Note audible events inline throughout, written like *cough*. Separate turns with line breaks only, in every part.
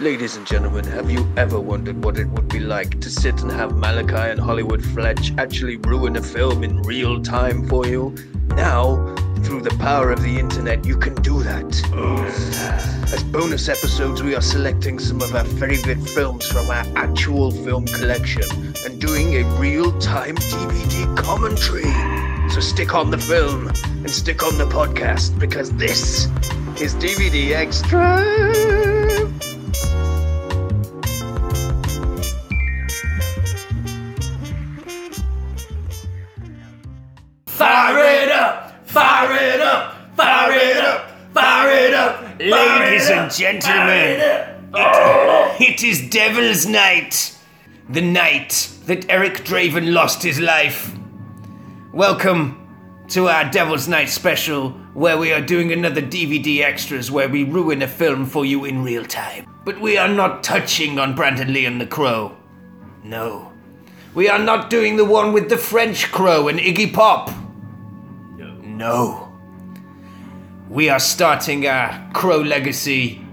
Ladies and gentlemen, have you ever wondered what it would be like to sit and have Malachi and Hollywood Fletch actually ruin a film in real time for you? Now, through the power of the internet, you can do that. As bonus episodes, we are selecting some of our favorite films from our actual film collection and doing a real time DVD commentary. So stick on the film and stick on the podcast because this is DVD Extra.
Fire it up! Fire it up! Fire it up! Fire it up!
Ladies and gentlemen, it is Devil's Night. The night that Eric Draven lost his life. Welcome to our Devil's Night special, where we are doing another DVD extras where we ruin a film for you in real time. But we are not touching on Brandon Lee and the Crow. No. We are not doing the one with the French Crow and Iggy Pop. No. We are starting our Crow legacy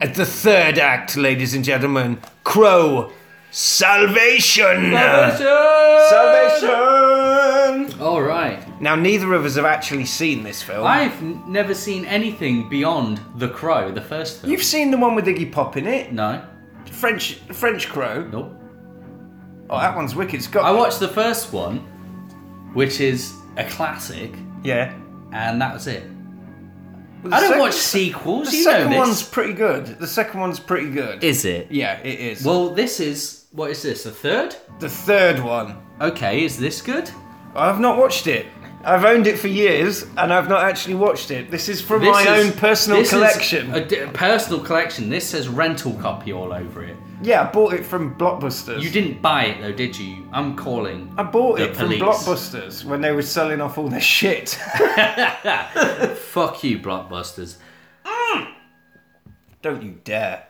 at the third act, ladies and gentlemen. Crow Salvation! Salvation!
All right.
Now, neither of us have actually seen this film.
I've n- never seen anything beyond The Crow, the first film.
You've seen the one with Iggy Pop in it,
No.
French French Crow.
Nope.
Oh, that one's wicked. It's got
I watched the first one, which is a classic,
yeah.
and that was it.
Well, the
I don't
sec-
watch sequels.
The
you
second
know this.
one's pretty good. The second one's pretty good.
Is it?
yeah, it is.
Well, this is what is this? The third?
the third one.
Okay, is this good?
I've not watched it. I've owned it for years, and I've not actually watched it. This is from
This
my
is-
own personal
this is
collection.
a di- personal collection. This says rental copy all over it.
Yeah, I bought it from Blockbusters.
You didn't buy it though, did you? I'm calling.
I bought
the
it
police.
from Blockbusters when they were selling off all their shit. *laughs*
*laughs* Fuck you, Blockbusters.
Don't you dare.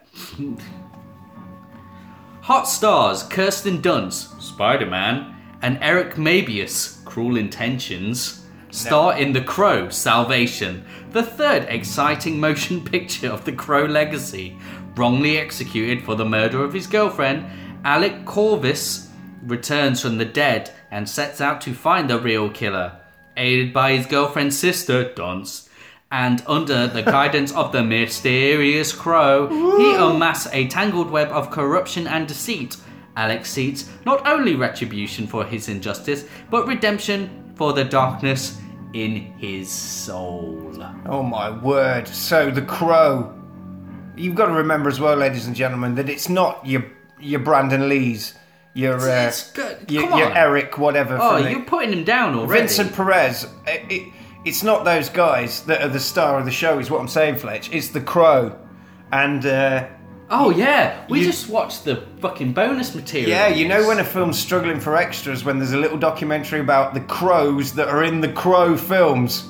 Hot stars Kirsten Dunst, Spider Man, and Eric Mabius, Cruel Intentions, star in The Crow, Salvation, the third exciting motion picture of the Crow legacy, wrongly executed for the murder of his girlfriend, Alec Corvis returns from the dead and sets out to find the real killer, aided by his girlfriend's sister, Dunst. And
*laughs*
under the guidance of the mysterious crow, he unmasks a tangled web of corruption and deceit. Alex seeks not only retribution for his injustice, but redemption for the darkness in his soul.
Oh my word. So, The Crow. You've got to remember as well, ladies and gentlemen, that it's not your your Brandon Lees, your, uh,
It's good.
your,
Come on.
your Eric, whatever.
oh,
from the-
you're putting him down already.
Vincent Perez. It, it, it's not those guys that are the star of the show, is what I'm saying, Fletch. It's The Crow. And, uh,
oh, yeah. We
you-
just watched the fucking bonus material.
Yeah, you know when
a
a film's struggling for extras when there's a little documentary about the crows that are in the crow films.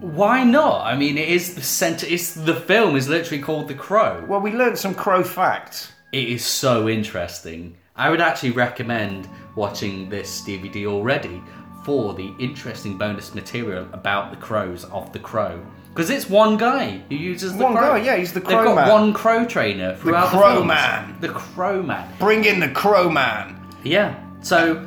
Why not? I mean, it is the center. It's the film is literally called The Crow.
Well, we learnt some crow facts.
It is so interesting. I would actually recommend watching this DVD already for the interesting bonus material about the crows of the crow, because it's one guy who uses the
One
crow.
guy, yeah, he's the
They've
crow
got
man.
one crow trainer throughout the,
crow
films.
man.
The crow man.
Bring in the crow man.
Yeah. So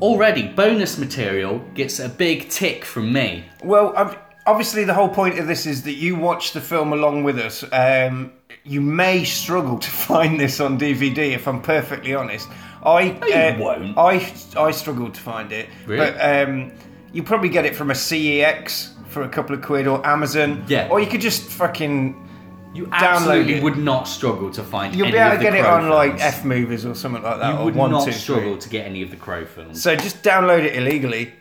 already bonus material gets a big tick from me.
Well, ob- obviously the whole point of this is that you watch the film along with us. Um, you may struggle to *laughs* find this on DVD, if I'm perfectly honest. I uh,
you won't.
I I struggled to find it,
Really?
but um, you probably get it from a CEX for a couple of quid or Amazon.
Yeah.
Or you could just fucking
You absolutely
it.
would not struggle to find.
You'll
any
be able to
of the
get it
Crow
on like
films.
F movies or something like that.
You
or
would
one,
not
two, three.
struggle to get any of the Crow films.
So just download it illegally.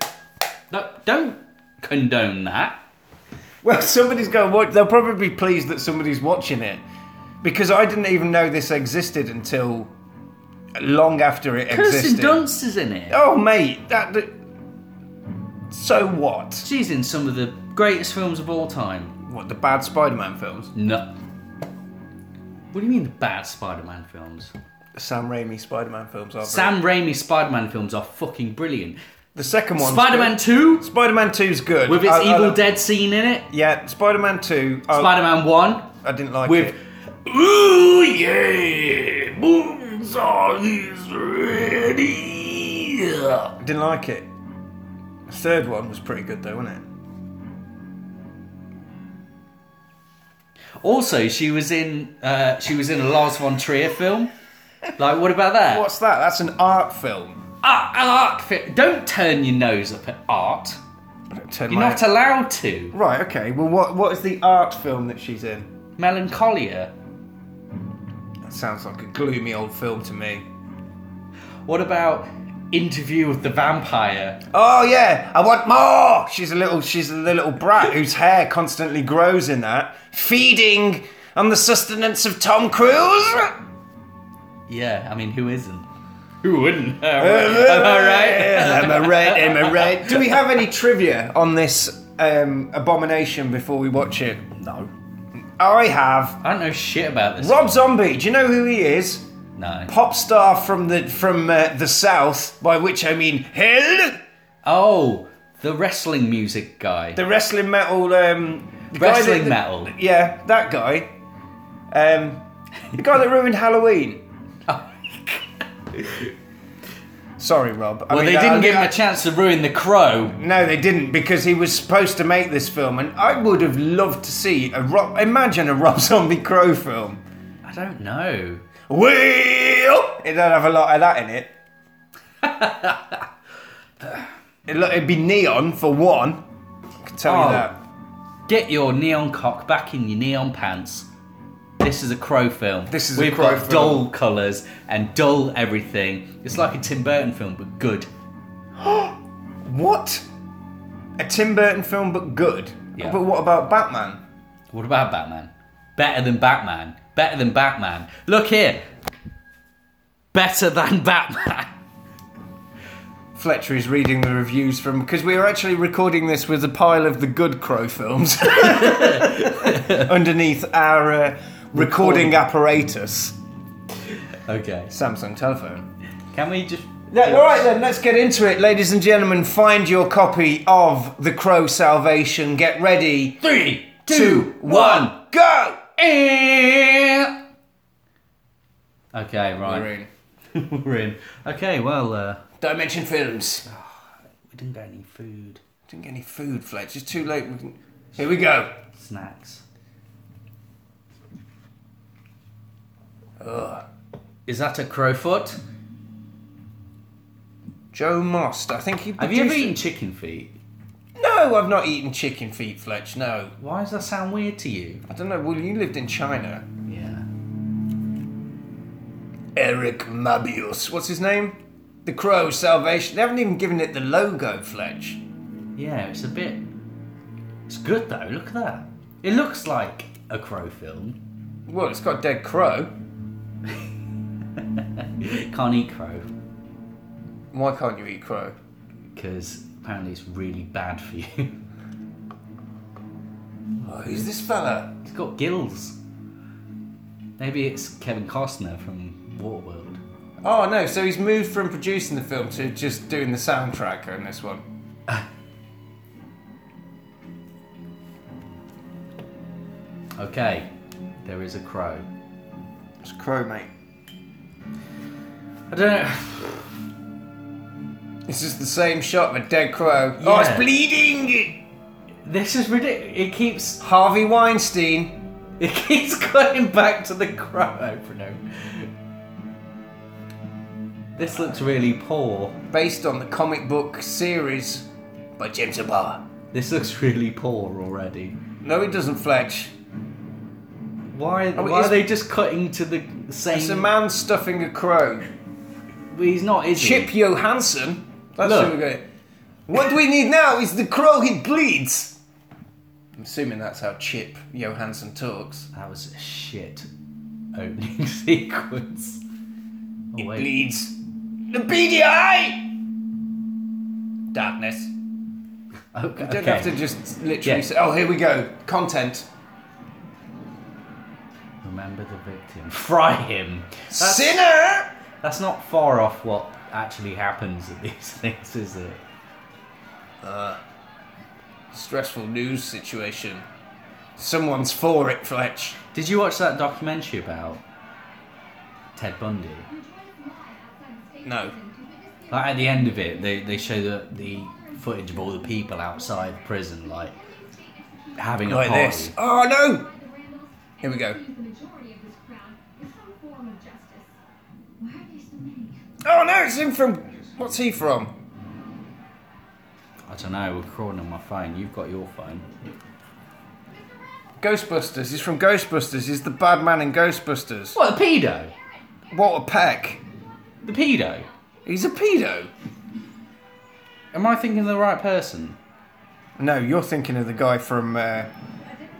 no, don't condone that.
Well, *laughs* somebody's going to watch. They'll probably be pleased that somebody's watching it because I didn't even know this existed until long after it
Kirsten
existed.
Dunst is in it.
Oh, mate, that. that- So what?
She's in some of the greatest films of all time.
What the bad Spider-Man films?
No. What do you mean the bad Spider-Man films?
The Sam Raimi Spider-Man films are.
Sam Raimi Spider-Man films are fucking brilliant.
The second one.
Spider-Man 2
Spider-Man Two's good.
with its
I- I
Evil
love-
Dead scene in it.
Yeah, Spider-Man Two. I,
Spider-Man 1
I didn't like
with
it.
Ooh, yeah! Boomsaw is ready! Didn't like it. The third one was pretty good though, wasn't it?
Also, she was in uh, she was in a Lars von Trier film. Like, what about that?
What's that? That's an art film.
Art, art fi- Don't turn your nose up at art.
Turn
You're
my-
not allowed to.
Right, okay. Well, what what is the art film that she's in?
Melancholia.
That sounds like a gloomy old film to me.
What about Interview with the Vampire?
Oh yeah, I want more. She's a little she's a little brat whose hair constantly grows in that. Feeding on the sustenance of Tom Cruise.
Yeah, I mean, who isn't? Who wouldn't? *laughs* Am I right?
Am I right? Am I right? Do we have any trivia on this um, abomination before we watch it?
No.
I have.
I don't know shit about this.
Rob Zombie. Do you know who he is?
No.
Pop star from the from uh, the south, by which I mean hell.
Oh, the wrestling music guy.
The wrestling metal. Um, the guy that-
wrestling metal.
Yeah, that guy. Um, the guy that ruined Halloween.
Oh.
*laughs* Sorry, Rob. I
Well,
mean,
they
I-
didn't give him
I-
a chance to ruin the crow.
No, they didn't because he was supposed to make this film, and I would have loved to see a Rob. Imagine a Rob Zombie Crow film.
I don't know.
Well, it don't have a lot of that in it. It'd lo- it'd be neon for one. I can tell
Oh.
you that.
Get your neon cock back in your neon pants. This is a crow film.
This is a
We've
Crow
got
film.
dull colours and dull everything. It's like a Tim Burton film, but good.
What? A Tim Burton film, but good.
Yeah.
But what about Batman?
What about Batman? Better than Batman. Better than Batman. Look here. Better than *laughs* Batman.
Fletcher is reading the reviews from because we are actually recording this with a pile of the good Crow
*laughs*
films underneath our uh, recording apparatus,
Okay.
Samsung telephone.
Can we just.
Yeah, all right then, let's get into it, ladies and gentlemen. Find your copy of The Crow Salvation. Get ready.
Three,
Two, one, go.
and. Eh. Okay, right.
We're in.
We're in. Okay, well, uh,
Dimension Films.
we didn't get any food,
Didn't get any food, Fletcher. It's too late. We can... Here we go.
snacks. Is that a crowfoot?
Joe Most. I think he.
Have you ever
produced
eaten chicken feet?
it. No, I've not eaten chicken feet, Fletch. No.
Why does that sound weird to you?
I don't know. Well, you lived in China.
Yeah.
Eric Mabius. What's his name? The Crow Salvation. They haven't even given it the logo, Fletch.
Yeah, it's a bit. It's good though. Look at that. It looks like a crow film. *laughs*
Well, it's got dead crow.
Can't eat crow
Why can't you eat crow?
because apparently it's really bad for you. *laughs*
Oh, who's this fella?
it's got gills. Maybe it's Kevin Costner from Waterworld.
Oh no, so he's moved from producing the film to just doing the soundtrack on this one.
Okay, there is a crow.
It's crow, mate.
I don't know. *laughs*
It's just the same shot of a dead crow. Oh, it's
Yeah.
bleeding!
This is ridiculous. It keeps *laughs*
Harvey Weinstein.
it keeps going back to the crow *laughs* opener. This looks really poor.
based on the comic book series by James O'Barr.
This looks really poor already.
No, it doesn't, Fletch.
Why,
it
why
is-
are they just cutting to the same?
Oh, It's a man stuffing a crow.
Well, he's not, is
Chip
he?
Johansson. That's
Look.
who we're going. What we need now is the crow. He bleeds. I'm assuming that's how Chip Johansson talks.
That was a shit opening *laughs* sequence. Oh,
It
wait.
bleeds. The beady eye. Darkness.
Okay.
You don't have to just literally
Yeah.
say. Oh, here we go. Content.
Remember the victim. Fry him. That's,
Sinner.
that's not far off what actually happens at *laughs* these things, is it?
Stressful news situation. Someone's for it, Fletch.
Did you watch that documentary about Ted Bundy?
No.
Like at the end of it, they, they show the, the footage of all the people outside prison, like having a
Like
party.
this. Oh no!
Here we go.
Oh no! It's him from. What's he from?
I don't know. We're recording on my phone. You've got your phone.
Ghostbusters. He's from Ghostbusters. He's the bad man in Ghostbusters.
What the pedo?
Walter Peck.
The pedo.
He's a pedo.
Am I thinking of the right person?
No, you're thinking of the guy from. Uh,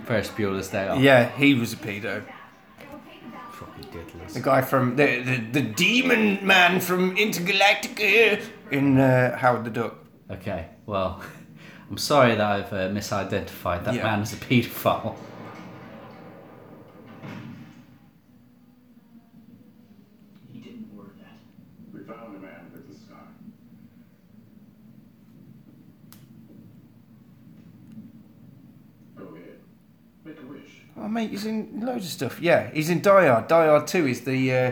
Ferris Bueller's Day Off.
yeah, he was a pedo.
Fucking diddlers.
The guy from the the, the demon man from Intergalactica in uh, Howard the Duck.
Okay. Well, *laughs* I'm sorry that I've uh, misidentified that
Yeah.
man as a pedophile.
He didn't word that. We found the man with the scar. Go ahead. Make a wish.
Oh mate, he's in loads of stuff. Yeah, he's in Die Hard. Die Hard Two. He's the uh,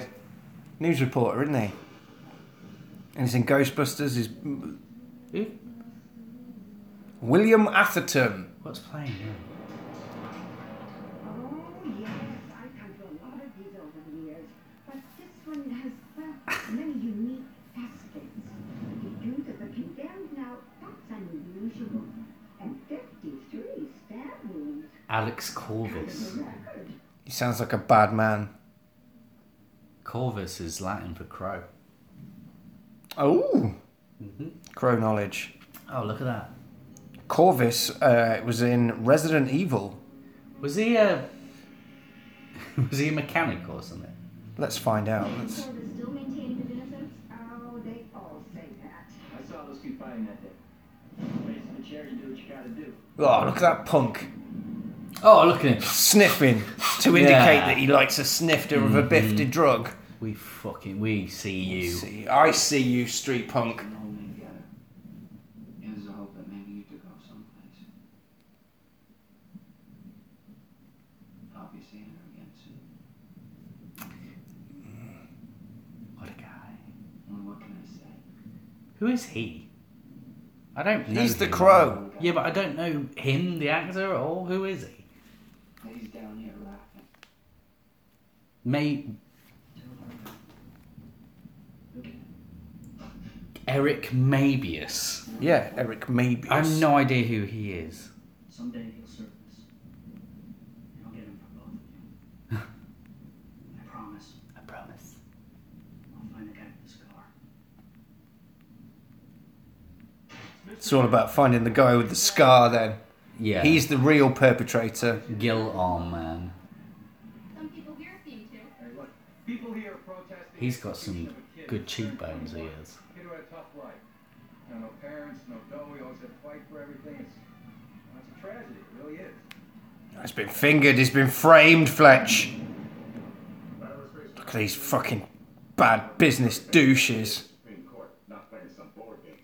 news reporter, isn't he? And he's in Ghostbusters. He's
Who?
William Atherton.
What's playing? now? Alex Corvus.
He sounds like a bad man.
Corvus is Latin for crow.
Oh, crow knowledge.
Oh, look at that.
Corvus uh, was in Resident Evil.
Was he a *laughs* was he a mechanic or something?
Let's find out. Let's...
I saw those keep buying that day. Raise the chair, you do what you gotta do.
Oh, look at that punk
Oh, look at him.
sniffing to indicate
Yeah.
that he likes a snifter of a biffed drug.
We fucking we see you.
See, I see you, street punk.
And hold me together. It was the hope that maybe you could go someplace. I'll be seeing her again soon.
What a guy.
And what can I say?
Who is he? I don't know.
He's the
him.
crow.
Yeah, but I don't know him, the actor, or who is he?
Ladies down here laughing.
May Eric Mabius.
Yeah, Eric Mabius.
I have no idea who he is.
Someday he'll surface. And I'll get him for both of you. I promise.
I promise.
I'll find the guy with the scar.
It's all about finding the guy with the scar. Then
Yeah.
he's the real perpetrator.
Gil Arm Man.
Hey, look. People here are protesting.
He's got some good cheekbones. He is.
Kid who had a tough life. No, no parents, no dough. He always had to fight for everything. It's, well, it's a tragedy. It really is.
He's been fingered. He's been framed. Fletch. Look at these fucking bad business douches.
Supreme Court, not playing some board game.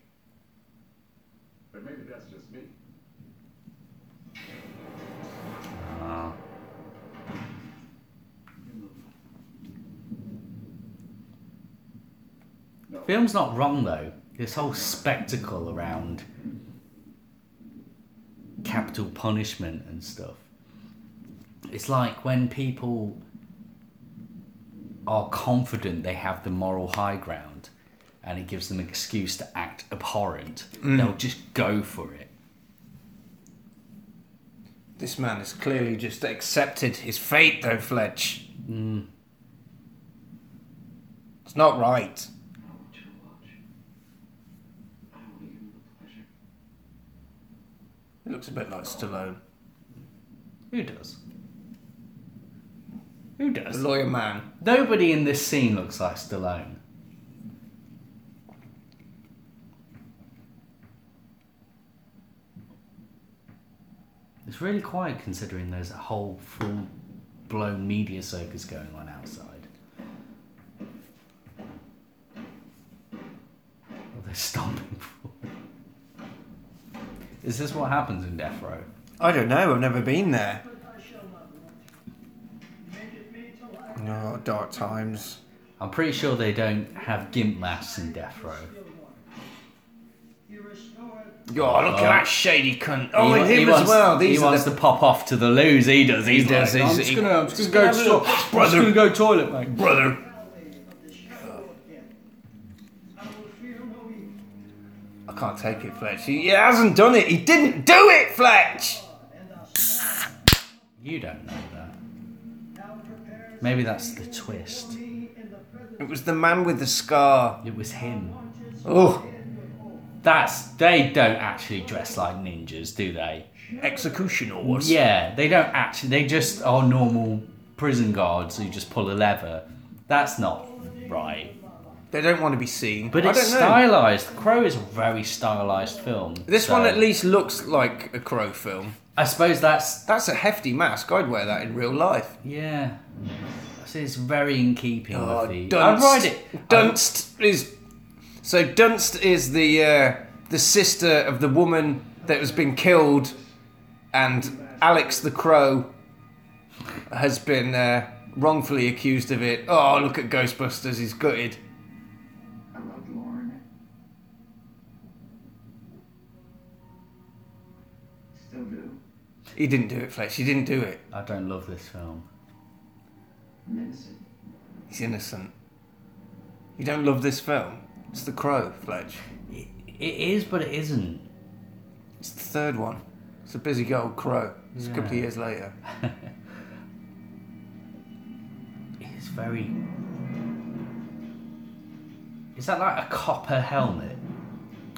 But maybe that's just me.
Ah. Film's not wrong though. This whole spectacle around capital punishment and stuff. It's like when people are confident they have the moral high ground and it gives them an excuse to act abhorrent, they'll just go for it.
This man has clearly just accepted his fate, though, Fletch. It's not right.
I want you to watch. I want to give you the pleasure.
It looks a bit like Stallone.
Who does? Who
The
does?
lawyer man.
Nobody in this scene looks like Stallone. It's really quiet considering there's a whole full blown media circus going on outside. What they're stomping *laughs* for. Is this what happens in Death Row?
I don't know. I've never been there. Oh, dark times.
I'm pretty sure they don't have gimp masks in Death Row.
God, look at that shady cunt.
Oh,
wa-
and him as
wants,
well. These
he
are
wants
the-
to pop off to the loo. He does. He's
He does,
like,
he's-
I'm just
he-
gonna, I'm just gonna
Have a
go. *laughs*
look,
To, I'm just
brother.
gonna go toilet, mate.
brother.
I can't take it, Fletch. He he hasn't done it. He didn't do it, Fletch.
You don't know that. Maybe that's the twist.
It was the man with the scar.
It was him.
Oh,
That's they don't actually dress like ninjas, do they?
Executioner was.
Yeah, they don't actually. They just are normal prison guards who just pull a lever. That's not right.
they don't want to be seen.
But
I
it's
don't know.
stylized. Crow is a very stylized film.
This
so-
one at least looks like a crow film.
I suppose that's
That's a hefty mask. I'd wear that in real life.
yeah. So it's very in keeping
Oh,
with the.
Dunst. Oh.
I'd ride it.
Dunst is so Dunst is the uh, the sister of the woman that has been killed, and Alex the Crow has been uh, wrongfully accused of it. Oh, look at Ghostbusters! He's gutted.
I love Lauren. Still do.
He didn't do it, Fletch. He didn't do it.
I don't love this film.
I'm innocent.
He's innocent. You don't love this film. It's the Crow, Fletch.
It, it is, but it isn't.
It's the third one. It's a busy old Crow. It's a couple of
Yeah.
years later.
It's very. Is that like a copper helmet?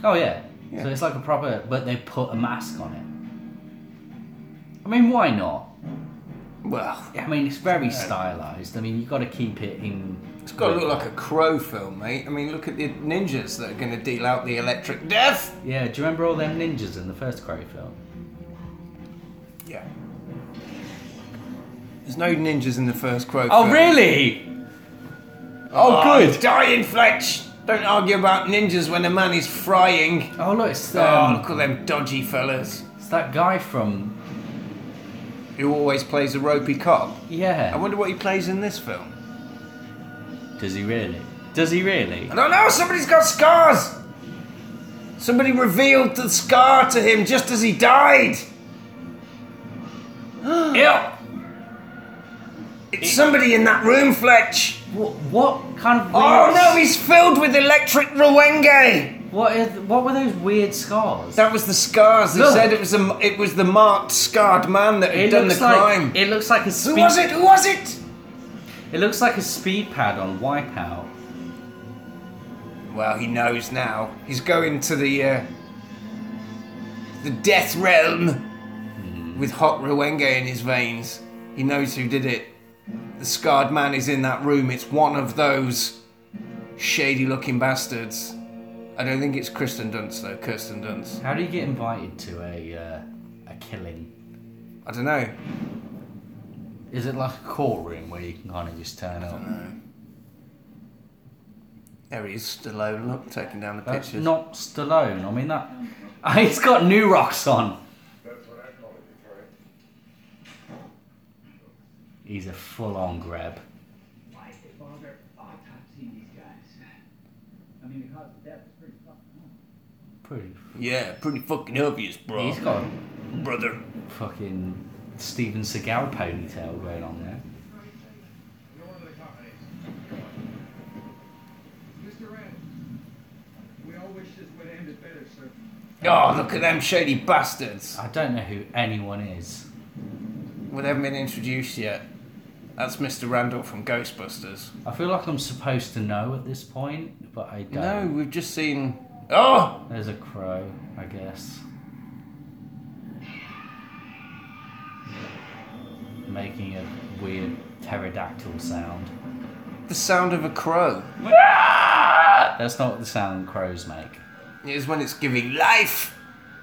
Oh yeah.
Yeah.
So it's like a proper, but they put a mask on it. I mean, why not?
Well,
I mean, it's very stylized. I mean, you got to keep it in.
It's got to look like a crow film, mate. I mean, look at the ninjas that are going to deal out the electric death.
Yeah. Do you remember all them ninjas in the first Crow film?
Yeah. There's no ninjas in the first crow.
Oh
film.
really?
Oh,
good.
Dying Fletch. Don't argue about ninjas when a man is frying.
Oh look, it's,
oh,
um,
look at them dodgy fellas.
it's that guy from.
Who always plays a ropey cop. I
Yeah.
wonder what he plays in this film.
Does he really? Does he really?
I don't know. Somebody's got scars. Somebody revealed the scar to him just as he died.
Yeah.
It's somebody in that room, Fletch.
What, what kind of?
Oh
weird-
no, he's filled with electric Rwenge.
What is? What were those weird scars?
That was the scars. They
Look.
said it was a, it was the marked, scarred man that had done the crime.
Like, it looks like a speed.
Who was it? Who was it?
It looks like a speed pad on Wipeout.
Well, he knows now. He's going to the uh, the death realm with hot Rwenge in his veins. He knows who did it. The scarred man is in that room. It's one of those shady-looking bastards. I don't think it's Kristen Dunst though. Kirsten Dunst.
How do you get invited to a uh, a killing?
I don't know.
Is it like a courtroom where you can kind of just turn up?
There he is, Stallone, look, taking down the
That's
pictures.
not Stallone. I mean that. *laughs* He's got new rocks on.
That's what I call it, Detroit.
He's a full-on grab.
Why did they bother autopsying these guys? I mean, the cause of death is pretty fucking known.
Pretty.
yeah, pretty fucking obvious, bro.
He's got
brother.
a fucking Steven Seagal ponytail going on there.
Go into the company. Mr. Rand, we all wish this would end it better, sir.
Oh, look at them shady bastards.
I don't know who anyone is.
Well, they haven't been introduced yet. That's Mr. Randall from Ghostbusters.
I feel like I'm supposed to know at this point, but I
No,
don't.
we've just seen. Oh!
There's a crow, I guess. Making a weird pterodactyl sound.
The sound of a crow.
That's not the sound crows make.
It is when it's giving life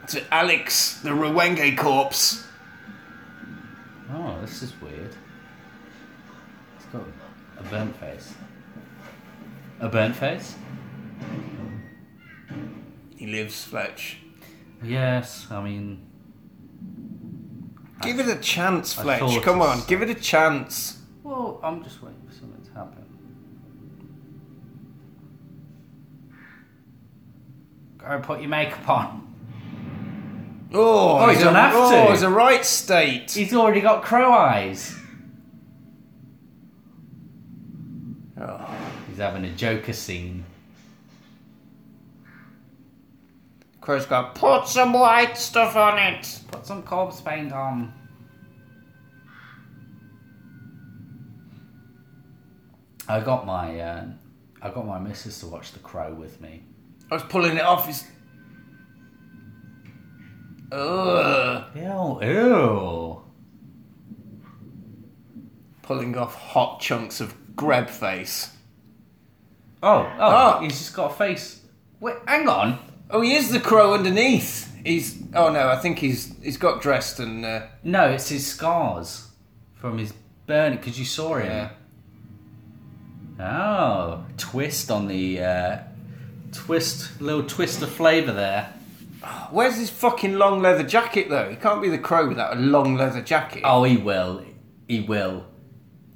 to Alex, the Rwenge corpse.
Oh, this is weird. It's got a burnt face. A burnt face?
He lives, Fletch.
Yes, I mean,
Give it a chance,
I
Fletch.
thought
Come
it's-
on, give it a chance.
well, I'm just waiting for something to happen. Go put your makeup on.
Oh,
Oh, he
a,
don't have to.
Oh, he's a right state.
He's already got crow eyes.
Oh.
He's having a Joker scene.
Crow's got, put some white stuff on it.
Put some corpse paint on. I got my uh, I got my missus to watch The Crow with me.
I was pulling it off his. Ugh.
Ew, ew.
Pulling off hot chunks of grab face.
Oh, oh,
Ah.
he's just got a face. Wait, hang on.
Oh, he is the crow underneath. He's. Oh no, I think he's he's got dressed and. Uh,
No, it's his scars from his burn because you saw him. Oh, twist on the uh, twist, little twist of flavour there.
Where's his fucking long leather jacket though? He can't be the crow without a long leather jacket.
Oh, he will. He will.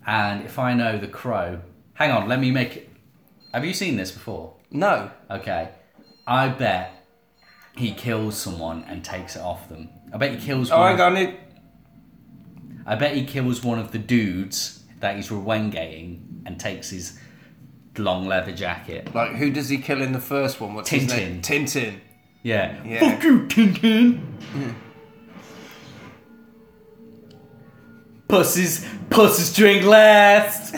And if I know the crow, hang on, let me make it. Have you seen this before?
No.
Okay, I bet he kills someone and takes it off them. I bet he kills.
Oh,
one
hang on.
of-
It,
I bet he kills one of the dudes that he's Rwengaing and takes his long leather jacket.
like, who does he kill in the first one? What's his name? Tintin.
Yeah.
Yeah.
Fuck you, Tintin.
*laughs*
Pussies, pussies drink
*laughs*
last.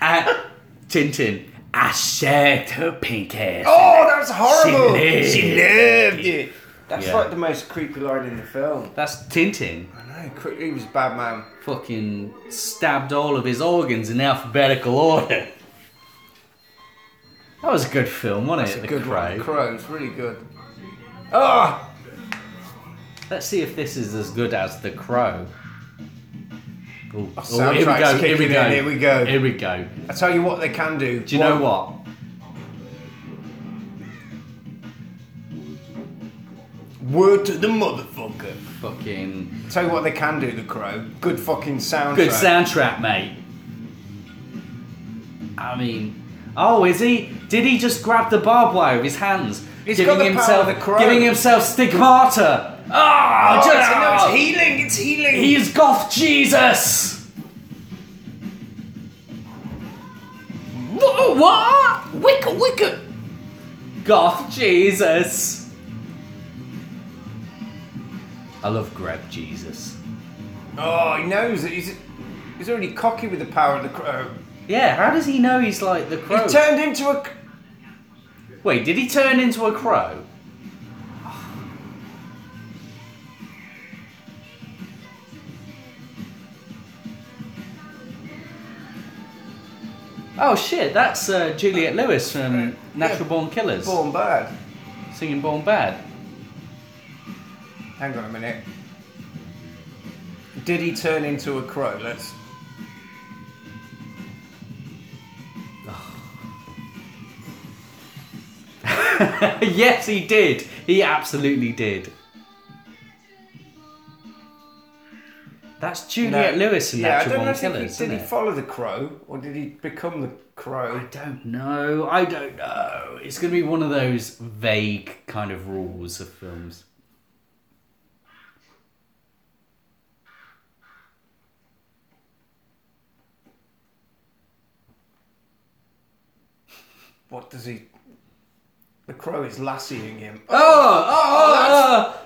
Ah, Tintin, I shagged her pink ass.
Oh, that's horrible.
She lived.
She lived it. That's
Yeah.
like the most creepy line in the film.
That's Tintin.
I know. cre- He was a bad man.
Fucking stabbed all of his organs in alphabetical order. That was a good film, wasn't
It's
it?
a
The
good
Crow.
one. Crow. It's really good. Oh,
Let's see if this is as good as The Crow. Ooh,
soundtrack's kicking in, here we go.
Here we go.
I tell you what they can do.
Do you know what?
Word to the motherfucker.
Fucking
Tell you what they can do. The crow. Good fucking soundtrack.
good soundtrack, mate. I mean, oh, is he? Did he just grab the barbed wire with his hands,
He's
giving
got the power
himself,
of the crow.
giving himself stigmata?
Oh,
Ah,
it's,
just
no, it's healing. It's healing.
He is goth Jesus. Wha- What? Wicker, wicker. Goth Jesus. I love Grab Jesus.
Oh, he knows it. He's, he's already cocky with the power of the crow.
Yeah, how does he know he's like the crow?
He's turned into a. c-
Wait, did he turn into a crow? Oh shit, that's uh, Juliet Lewis from Natural Born Killers
Born bad.
singing Born Bad. *laughs*
Hang on a minute. Did he turn into a crow? Let's.
yes, he did. He absolutely did. That's Juliet
No.
Lewis in
Yeah, I
Natural
don't know.
Born
if he-
Killers.
did
isn't
he
it?
follow the crow or did he become the crow?
I don't know. I don't know. It's going to be one of those vague kind of rules of films.
What does he? The crow is lassying him.
Oh, oh, oh,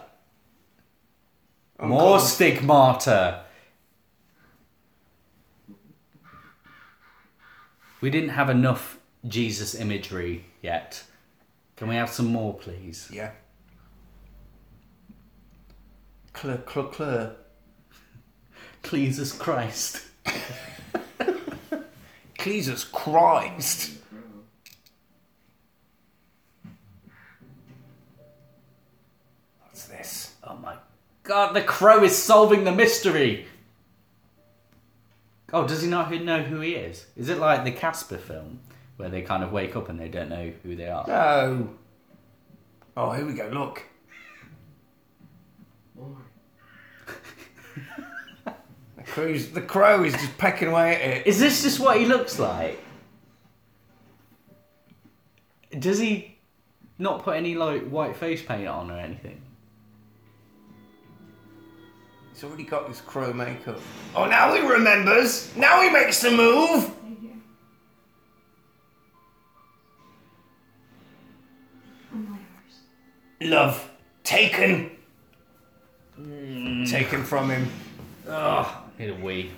Oh,
more
God.
stigmata. We didn't have enough Jesus imagery yet. Can we have some more, please?
Yeah. Cl cl cl
Jesus Christ.
Jesus Christ. What's this?
Oh my god, the crow is solving the mystery! Oh, does he not who- know who he is? Is it like the Casper film, where they kind of wake up and they don't know who they are?
No. Oh, here we go. Look. *laughs* The Crow's, the crow is just pecking away at it.
Is this just what he looks like? Does he not put any like white face paint on or anything?
He's already got his crow makeup. Oh, now he remembers. Now he makes the move.
Love taken.
Taken from him.
Oh, need a wee.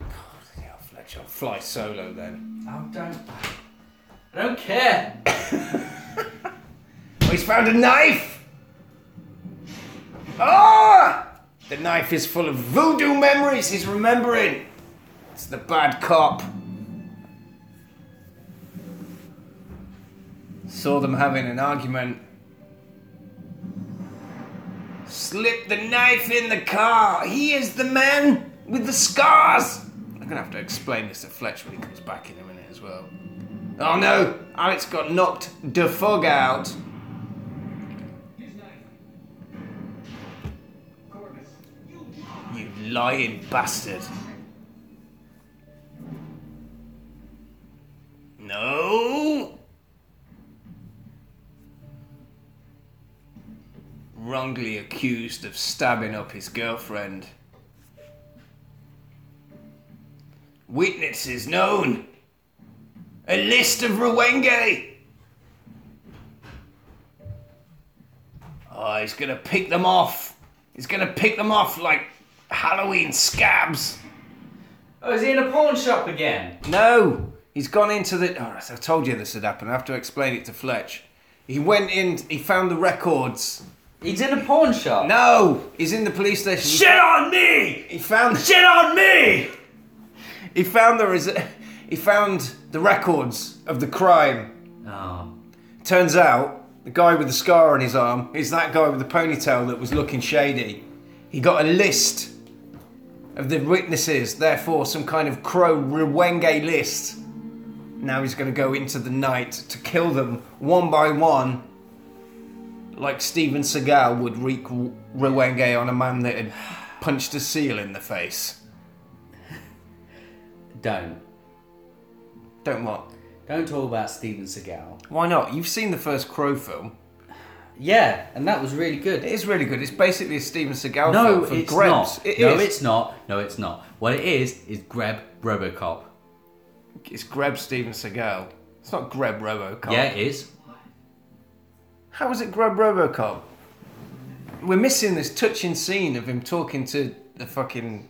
Yeah, Fletcher, fly solo then.
I don't. I don't care.
Oh, he's found a knife. Ah! The knife is full of voodoo memories. He's remembering. It's the bad cop. Saw them having an argument. Slip the knife in the car. He is the man with the scars. I'm gonna have to explain this to Fletch when he comes back in a minute as well. Oh no! Alex got knocked the fog out.
He's not. Corvus, you
You lying bastard. No! Wrongly accused of stabbing up his girlfriend. Witnesses known! A list of Ruwenge! Oh, he's gonna pick them off! He's gonna pick them off like Halloween scabs!
Oh, is he in a pawn shop again?
No, he's gone into the. Oh, I told you this had happened. I have to explain it to Fletch. He went in. He found the records.
He's in a pawn shop.
No, he's in the police station. He-
Shit on me!
He found.
Shit on me!
He found the. Res- he found the records of the crime.
Oh.
Turns out the guy with the scar on his arm is that guy with the ponytail that was looking shady. He got a list of the witnesses. Therefore, some kind of crow Rwenge list. Now he's going to go into the night to kill them one by one, like Steven Seagal would wreak w- Rwenge on a man that had punched a seal in the face.
Don't.
Don't what?
Don't talk about Steven Seagal.
Why not? You've seen the first Crow film.
Yeah, and that was really good.
It is really good. It's basically a Steven Seagal
No,
film from
it's
Grebs.
not.
It
no,
is.
it's not. No, it's not. What it is is Greb Robocop.
It's Greb Steven Seagal. It's not Greb RoboCop.
Yeah, it is.
How is it Greb RoboCop? We're missing this touching scene of him talking to the fucking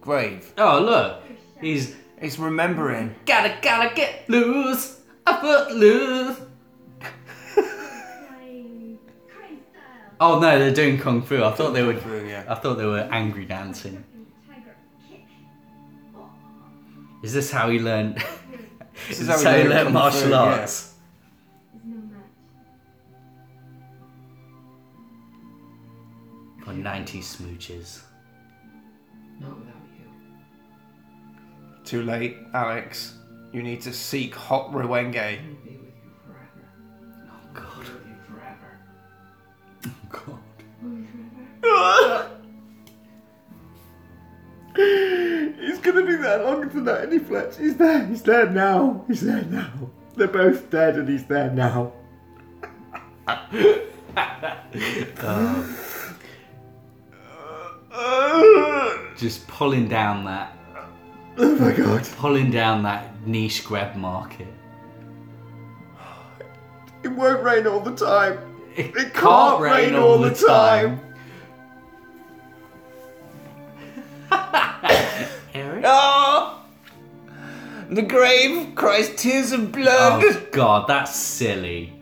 grave.
Oh look, he's
He's remembering.
gotta gotta get loose, a foot loose. Oh no, they're doing kung fu. I thought they were.
Fu, yeah.
I thought they were angry dancing. Is this how he learned?
This
is
how
this
he
how he
learned
learned
kung
martial
fu, yeah.
arts? For ninety smooches.
Not without you.
Too late, Alex. You need to seek Hot Rwenge.
I'll be with you forever.
Oh god.
With you forever.
Oh god.
He's gonna be there longer tonight, and he Fletch. He's there. He's there now. He's there now. They're both dead, and he's there now.
Just pulling down that,
Oh my god.
pulling down that niche grab market.
It won't rain all the time.
It
can't rain all the
Eric?
Ah! The grave cries tears of blood.
Oh god, that's silly.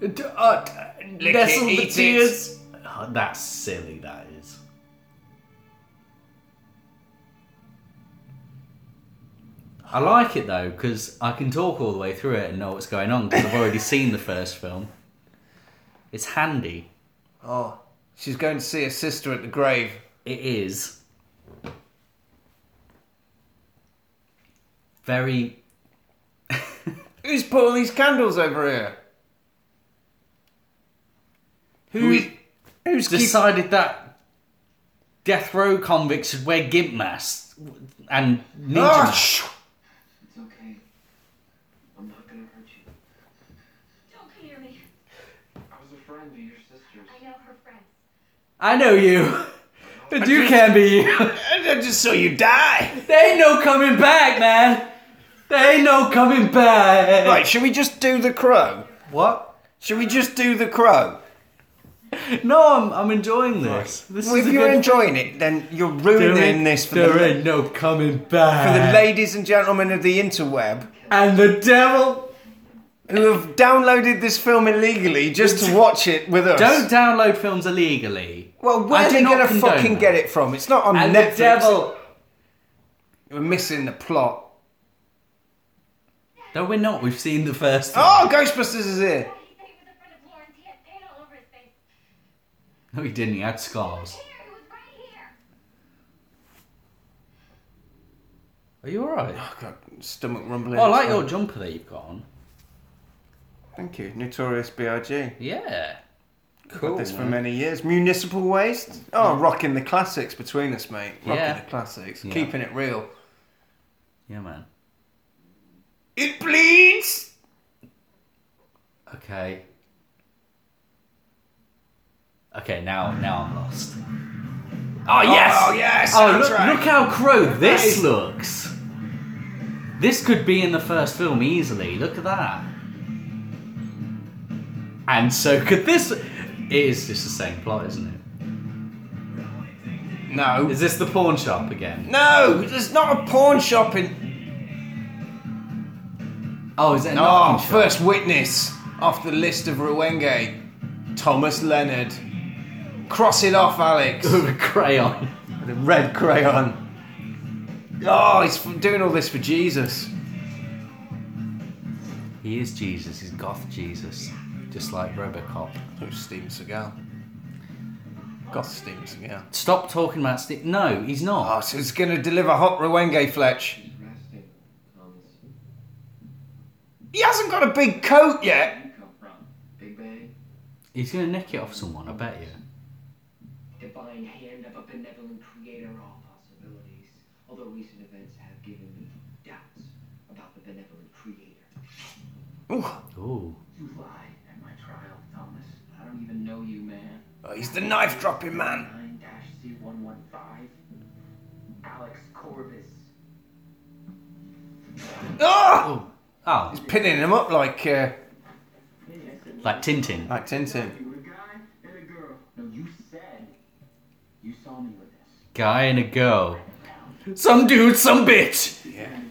D- uh, d- lick
Nestle
it,
the
eat it.
tears. Oh, that's silly, that is. I like it though, because I can talk all the way through it and know what's going on, because I've already *laughs* seen the first film. It's handy.
Oh, she's going to see her sister at the grave.
It is. Very.
Who's putting these candles over here? Who, who's
Decided that death row convicts should wear gimp masks and
Ah,
ninja.
shh.
It's okay. I'm not gonna hurt you.
Don't come near me.
I was a friend to your sisters.
I know her friends.
I know you. And you can be you.
I just saw you die.
There ain't no coming back, man. There ain't no coming back.
Right, should we just do the crow?
What?
Should we just do the crow?
No, I'm, I'm enjoying this. This
Well,
is
if
a
you're
good-
enjoying it, then you're
There
ruining
ain't-
this for the,
there ain't no coming back.
for the ladies and gentlemen of the interweb
and the devil.
who have downloaded this film illegally just to watch it with us.
Don't download films illegally.
Well, where
I
are
do
they
not
going to
condone
fucking
that.
get it from? It's not on
And
Netflix.
the devil.
We're missing the plot.
No, we're not. We've seen the first one.
Oh, Ghostbusters is here.
He said he was a friend of Lauren's. He had paint all over his face.
No, he didn't. He had scars.
Here, it was right here.
Are you alright?
God, stomach rumbling.
Oh, I like your jumper that you've got on.
Thank you. Notorious B.I.G.
Yeah.
Cool. this for many years. Municipal Waste. Oh, rocking the classics between us, mate. Rocking
Yeah.
the classics.
Yeah.
Keeping it real.
Yeah, man.
It bleeds.
Okay. Okay, now now I'm lost. Oh yes!
Oh, yes.
Oh,
that's
look,
right.
look how crow this looks. This could be in the first film easily. Look at that. And so could this. It is just the same plot, isn't it?
No.
Is this the pawn shop again?
No, there's not a pawn shop in.
Oh, is it? an
Oh,
arm
first witness off the list of Ruwenge. Thomas Leonard. Cross it off, Alex.
shop? *laughs* With a crayon.
*laughs* the red crayon. Oh, he's f- doing all this for Jesus.
He is Jesus. He's goth Jesus, just like RoboCop.
Who's Steven Seagal? Got Steven Seagal.
Stop talking about Steve. No, he's not.
Oh, so he's going to deliver hot Ruwenge, Fletch.
She's resting, Thomas.
He hasn't got a big coat yet.
You come from Big Bang,
He's gonna nick it off someone. I bet you.
divine hand of a benevolent creator, all possibilities. Although recent events have given me doubts about the benevolent creator.
Ooh.
You lied at my trial, Thomas. I don't even know you, man.
Oh, he's the knife dropping man.
9 C115. Alex Corbis.
Oh!
Oh,
He's pinning him up like, uh,
like Tintin.
like Tintin.
You a guy and a girl. No, you said you saw me with this.
Guy and a girl. Some dude, some bitch.
Man,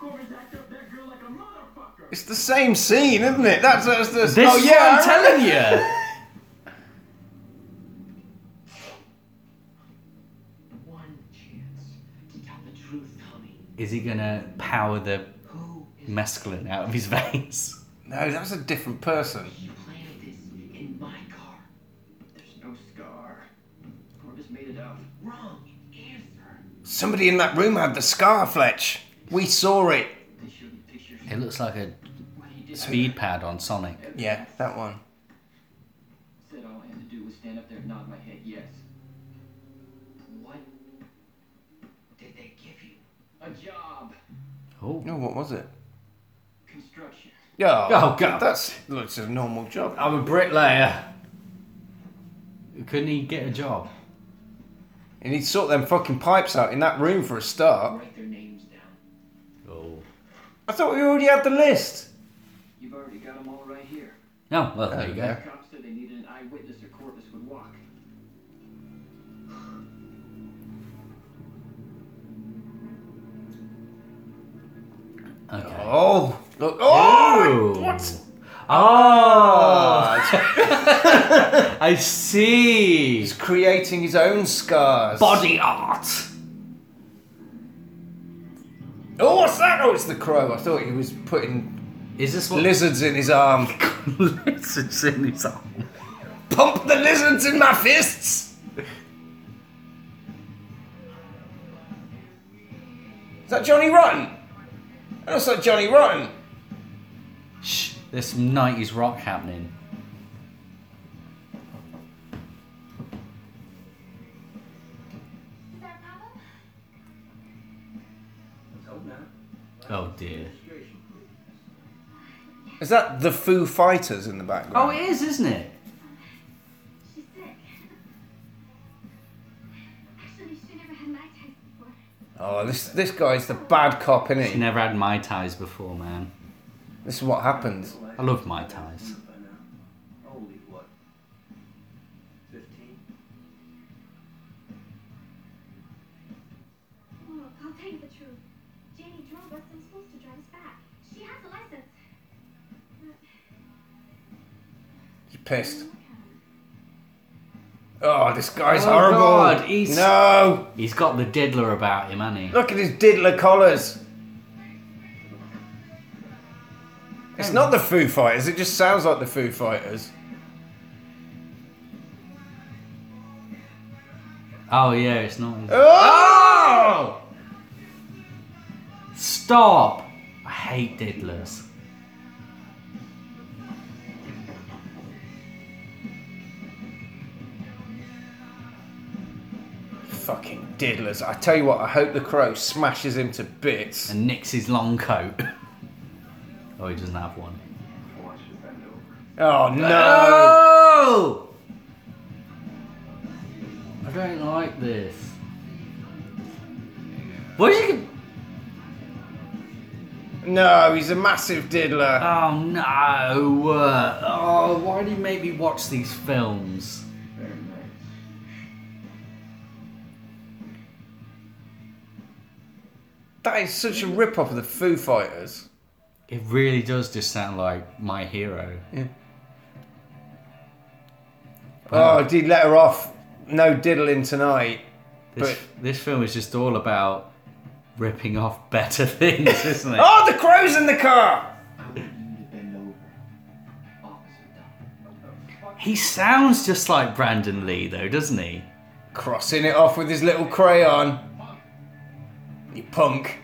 Corbis act up that girl like a motherfucker.
It's the same scene, isn't it? That's, that's, that's
This
oh,
is
yeah,
what
I
I'm
remember.
telling you.
One chance to tell the truth, Tommy.
Is he gonna power the
Who is
mescaline out of his *laughs* veins?
No, that was a different person.
You planted this in my car. There's no scar. Corbis made it up. Wrong answer.
Somebody in that room had the scar, Fletch. We saw it.
They showed me pictures
It looks like a
of what he did.
speed pad on Sonic.
Yeah, that one.
Said all I had to do was stand up there and nod my head yes. What did they give you? A job.
Oh.
No, what was it?
Construction.
Yeah.
Oh, God.
That's looks a normal job.
I'm a bricklayer. Couldn't he get a job?
And he'd sort them fucking pipes out in that room for a
Uh.
start.
Write their names down.
Oh.
I thought we already had the list.
You've already got them all right here.
No, well, there you go.
The cops said they needed an eyewitness or Corpus would walk.
Okay.
Oh, look. Oh,
Ooh.
what?
Oh! *laughs* I see.
He's creating his own scars.
Body art.
Oh, what's that? Oh, it's the crow. I thought he was putting
Is this what *laughs*
lizards in his arm.
lizards in his arm?
Pump the lizards in my fists. Is that Johnny Rotten? That's not Johnny Rotten.
Shh, there's some 90s rock happening. Oh dear.
Is that the Foo Fighters in the
Oh,
background?
it is, isn't it?
She's sick. Actually, she never had my taste before.
Oh, this this guy's the bad cop, isn't
She
he?
never had Mai Tais before, man.
This is what happens.
I love Mai Tais.
Only what? Fifteen?
Look, I'll tell you the truth. Janie drove us and was supposed to drive us back. She has a license. But
He's pissed. Oh, this guy's
Oh,
horrible.
God, he's-
No!
He's got the diddler about him, hasn't he?
Look at his diddler collars.
Hmm.
It's not the Foo Fighters, it just sounds like the Foo Fighters.
Oh yeah, it's not. is it?
Oh!
Stop! I hate diddlers.
Fucking diddlers. I tell you what, I hope the crow smashes him to bits.
And nicks his long coat. *laughs* oh, he doesn't have one.
Watch you bend over.
Oh no!
No! I don't like this. What is he?
No, he's a massive diddler.
Oh no! Uh, Oh, why do you make me watch these films?
Very nice.
That is such a rip off of the Foo Fighters.
It really does just sound like my hero.
Oh, did let her off. No diddling tonight.
This this film is just all about ripping off *laughs* better things, isn't it?
*laughs* Oh, the crow's in the car!
I want you to bend over. Officer Dunn.
He sounds just like Brandon Lee, though, doesn't he?
Crossing it off with his little crayon. You punk.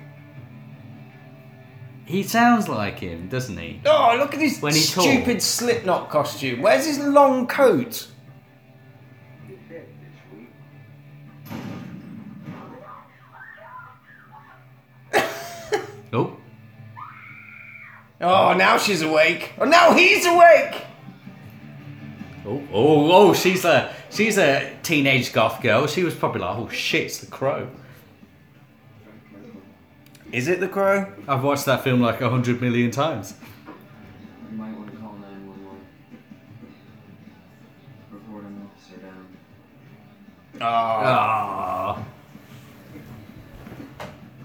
He sounds like him, doesn't he?
Oh, look at his
When he
stupid
talks.
slipknot costume. Where's his long coat?
Oh,
Oh, now she's awake. Oh, now he's awake!
oh, oh, oh! She's a she's a teenage goth girl. She was probably like, oh shit, it's the crow.
Is it the crow?
I've watched that film like a hundred million times.
You might want to call 911. Report an officer down.
Ah!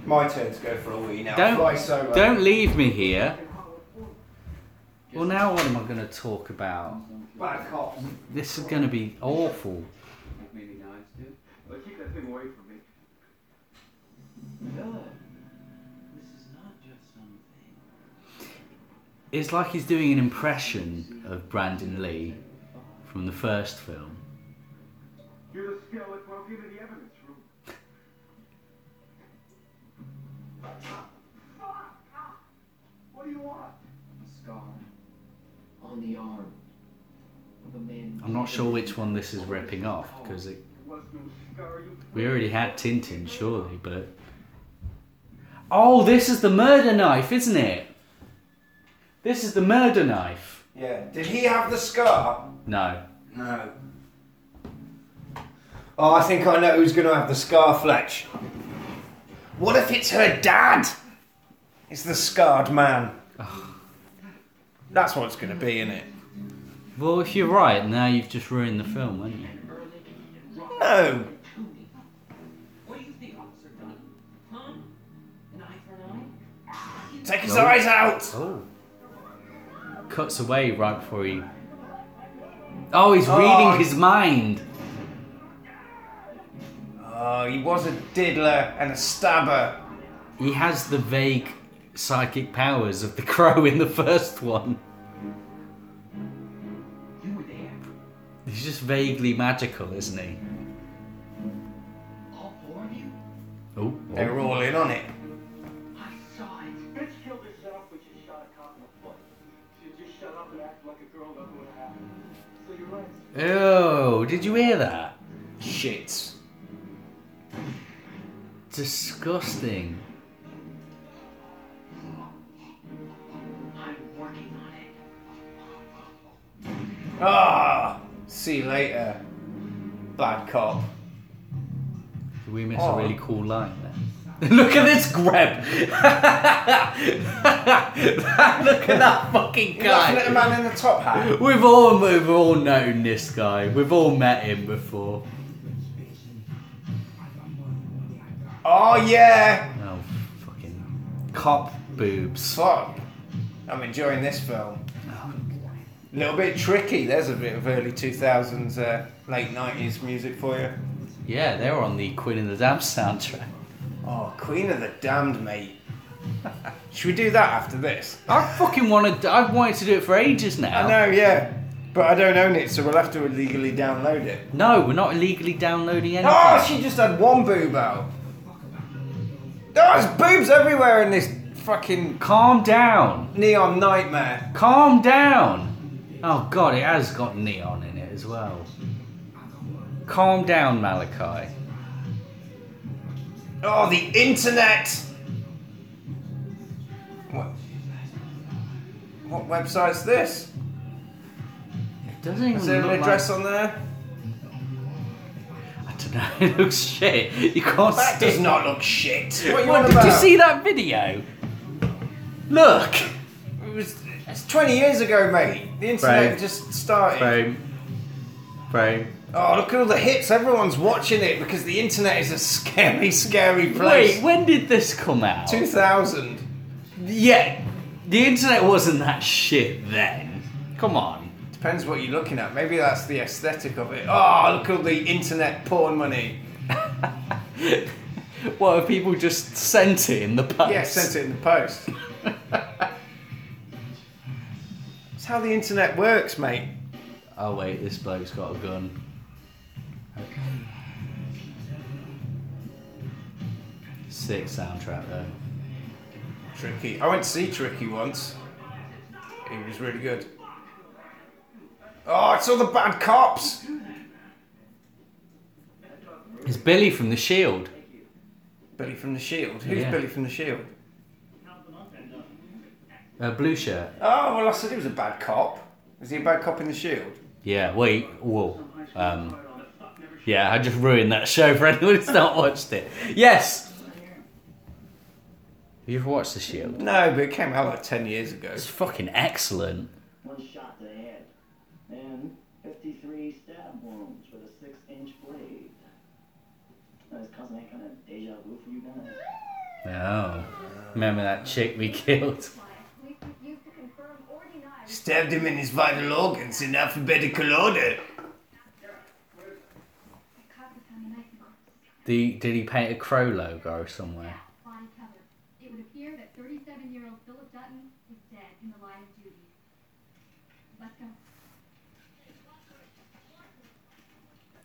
My turn to go for a wee now. Fly
Don't
solo.
don't leave me here. Well, now what am I going to talk about?
Bad cops.
This is going to be awful.
Maybe knives do.
Well, keep that thing away from me.
Good. This is not just something.
It's like he's doing an impression of Brandon Lee from the first film.
You're the skeleton. Well, give me the evidence room. What do you want?
A scar on the arm of a man.
I'm not sure which one this is ripping off because it,
There was no scar. You
we already had Tintin, surely, but. Oh, this is the murder knife, isn't it? This is the murder knife.
Yeah. Did he have the scar?
No.
No. Oh, I think I know who's going to have the scar, Fletch. What if it's her dad? It's the scarred man. That's what it's going to be, isn't it?
Well, if you're right, now you've just ruined the film, haven't you?
No.
To me. What do you think, Officer Dunn? Huh? An eye for an
Take his
No.
eyes out.
Oh. Cuts away right before he. Oh, he's
Oh.
reading his mind.
Oh, he was a diddler and a stabber.
He has the vague psychic powers of the *laughs* crow in the first one.
eye? You were there.
He's just vaguely magical, isn't he?
All four of you?
Oh,
They were all in on it.
I saw it.
bitch killed herself when she shot a cop in the foot. She just shut up and act like a girl doesn't what happened. So you're right.
oh. did you hear that?
Shits.
Disgusting.
Ah, see you later, bad cop.
We miss
Oh.
a really cool line there. *laughs* Look at this grab! *laughs* Look at that fucking
That little
guy.
man in the top hat.
We've all we've all known this guy. We've all met him before.
Oh yeah.
Oh, fucking cop boobs.
Fuck. I'm enjoying this film. A little bit tricky. There's a bit of early 2000s, uh, late 90s music for you.
Yeah, they were on the Queen and the Damn soundtrack.
Oh, Queen of the Damned, mate. *laughs* Should we do that after this?
I fucking wanted. I've wanted to do it for ages now.
I know, yeah. But I don't own it, so we'll have to illegally download it.
No, we're not illegally downloading anything.
Oh, she just had one boob out. Oh, there's boobs everywhere in this fucking
Calm down.
neon nightmare.
Calm down. Oh god, it has got neon in it as well. Calm down, Malachi.
Oh, the internet! What? What website's this?
It doesn't even
Is there
look
an address on there?
Like, I don't know. *laughs* It looks shit. You can't
That
see.
does
it.
not look shit. What you
What,
on
did you
about?
see that video? Look.
It was it's 20 years ago, mate. The internet
Right.
just started.
Frame. Frame.
Oh, look at all the hits. Everyone's watching it because the internet is a *laughs* scary, scary place.
Wait, when did this come out?
2000.
Yeah, the internet wasn't that shit then. Come on. *laughs*
Depends what you're looking at. Maybe that's the aesthetic of it. Oh, look at all the internet porn money.
What if people just sent it in the post?
Yeah, sent it in the post. That's how the internet works, mate.
*laughs* Oh wait, this bloke's got a gun. Sick soundtrack though.
Tricky. I went to see Tricky once. He was really good. Oh, it's all the bad cops.
It's Billy from The Shield.
Billy from the Shield. Who's
Yeah.
Billy from the Shield?
Uh, blue shirt.
Oh, well, I said he was a bad cop. Is he a bad cop in the Shield?
Yeah, wait, whoa. Um, yeah, I just ruined that show for anyone who's not watched it. Yes! Have you ever watched The Shield?
No, but it came out like 10 years ago.
It's fucking excellent.
One shot to the head. And 53 stab wounds with a 6 inch blade. Now, is causing any kind of deja vu for you guys?
Oh. Remember that chick we *laughs* killed?
We, you can confirm or deny.
Stabbed him in his vital organs in alphabetical order.
The copper found a knife and corpse.
The, did he paint a crow logo somewhere?
Body covered. It would appear that 37-year-old Philip Dutton is dead in the line of duty. Let's go.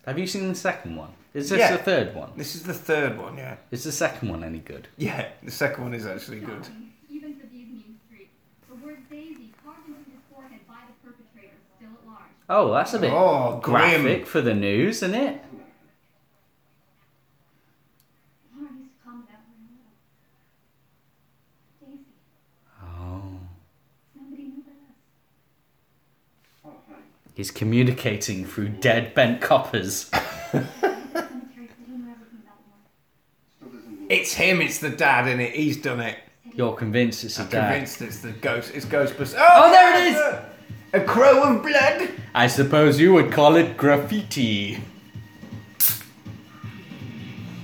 Have you seen the second one? Is this
Yeah.
the third one?
This is the third one, yeah.
Is the second one any good?
Yeah, the second one is actually good.
Shocking, Even for these mean streets, the word Daisy carved into his forehead by the perpetrator still at large.
Oh, that's a bit
Oh,
graphic
grim.
for the news, isn't it?
Lauren used to call me that when I was little. Daisy.
Oh.
Nobody knew but us.
He's communicating through dead bent coppers.
Cemetery for whom ever from Belmore.
It's him, it's the dad in it. He's done it.
You're convinced it's a
I'm
dad.
convinced it's the ghost. It's Ghostbusters.
Oh, there it is!
A crow of blood.
I suppose you would call it graffiti.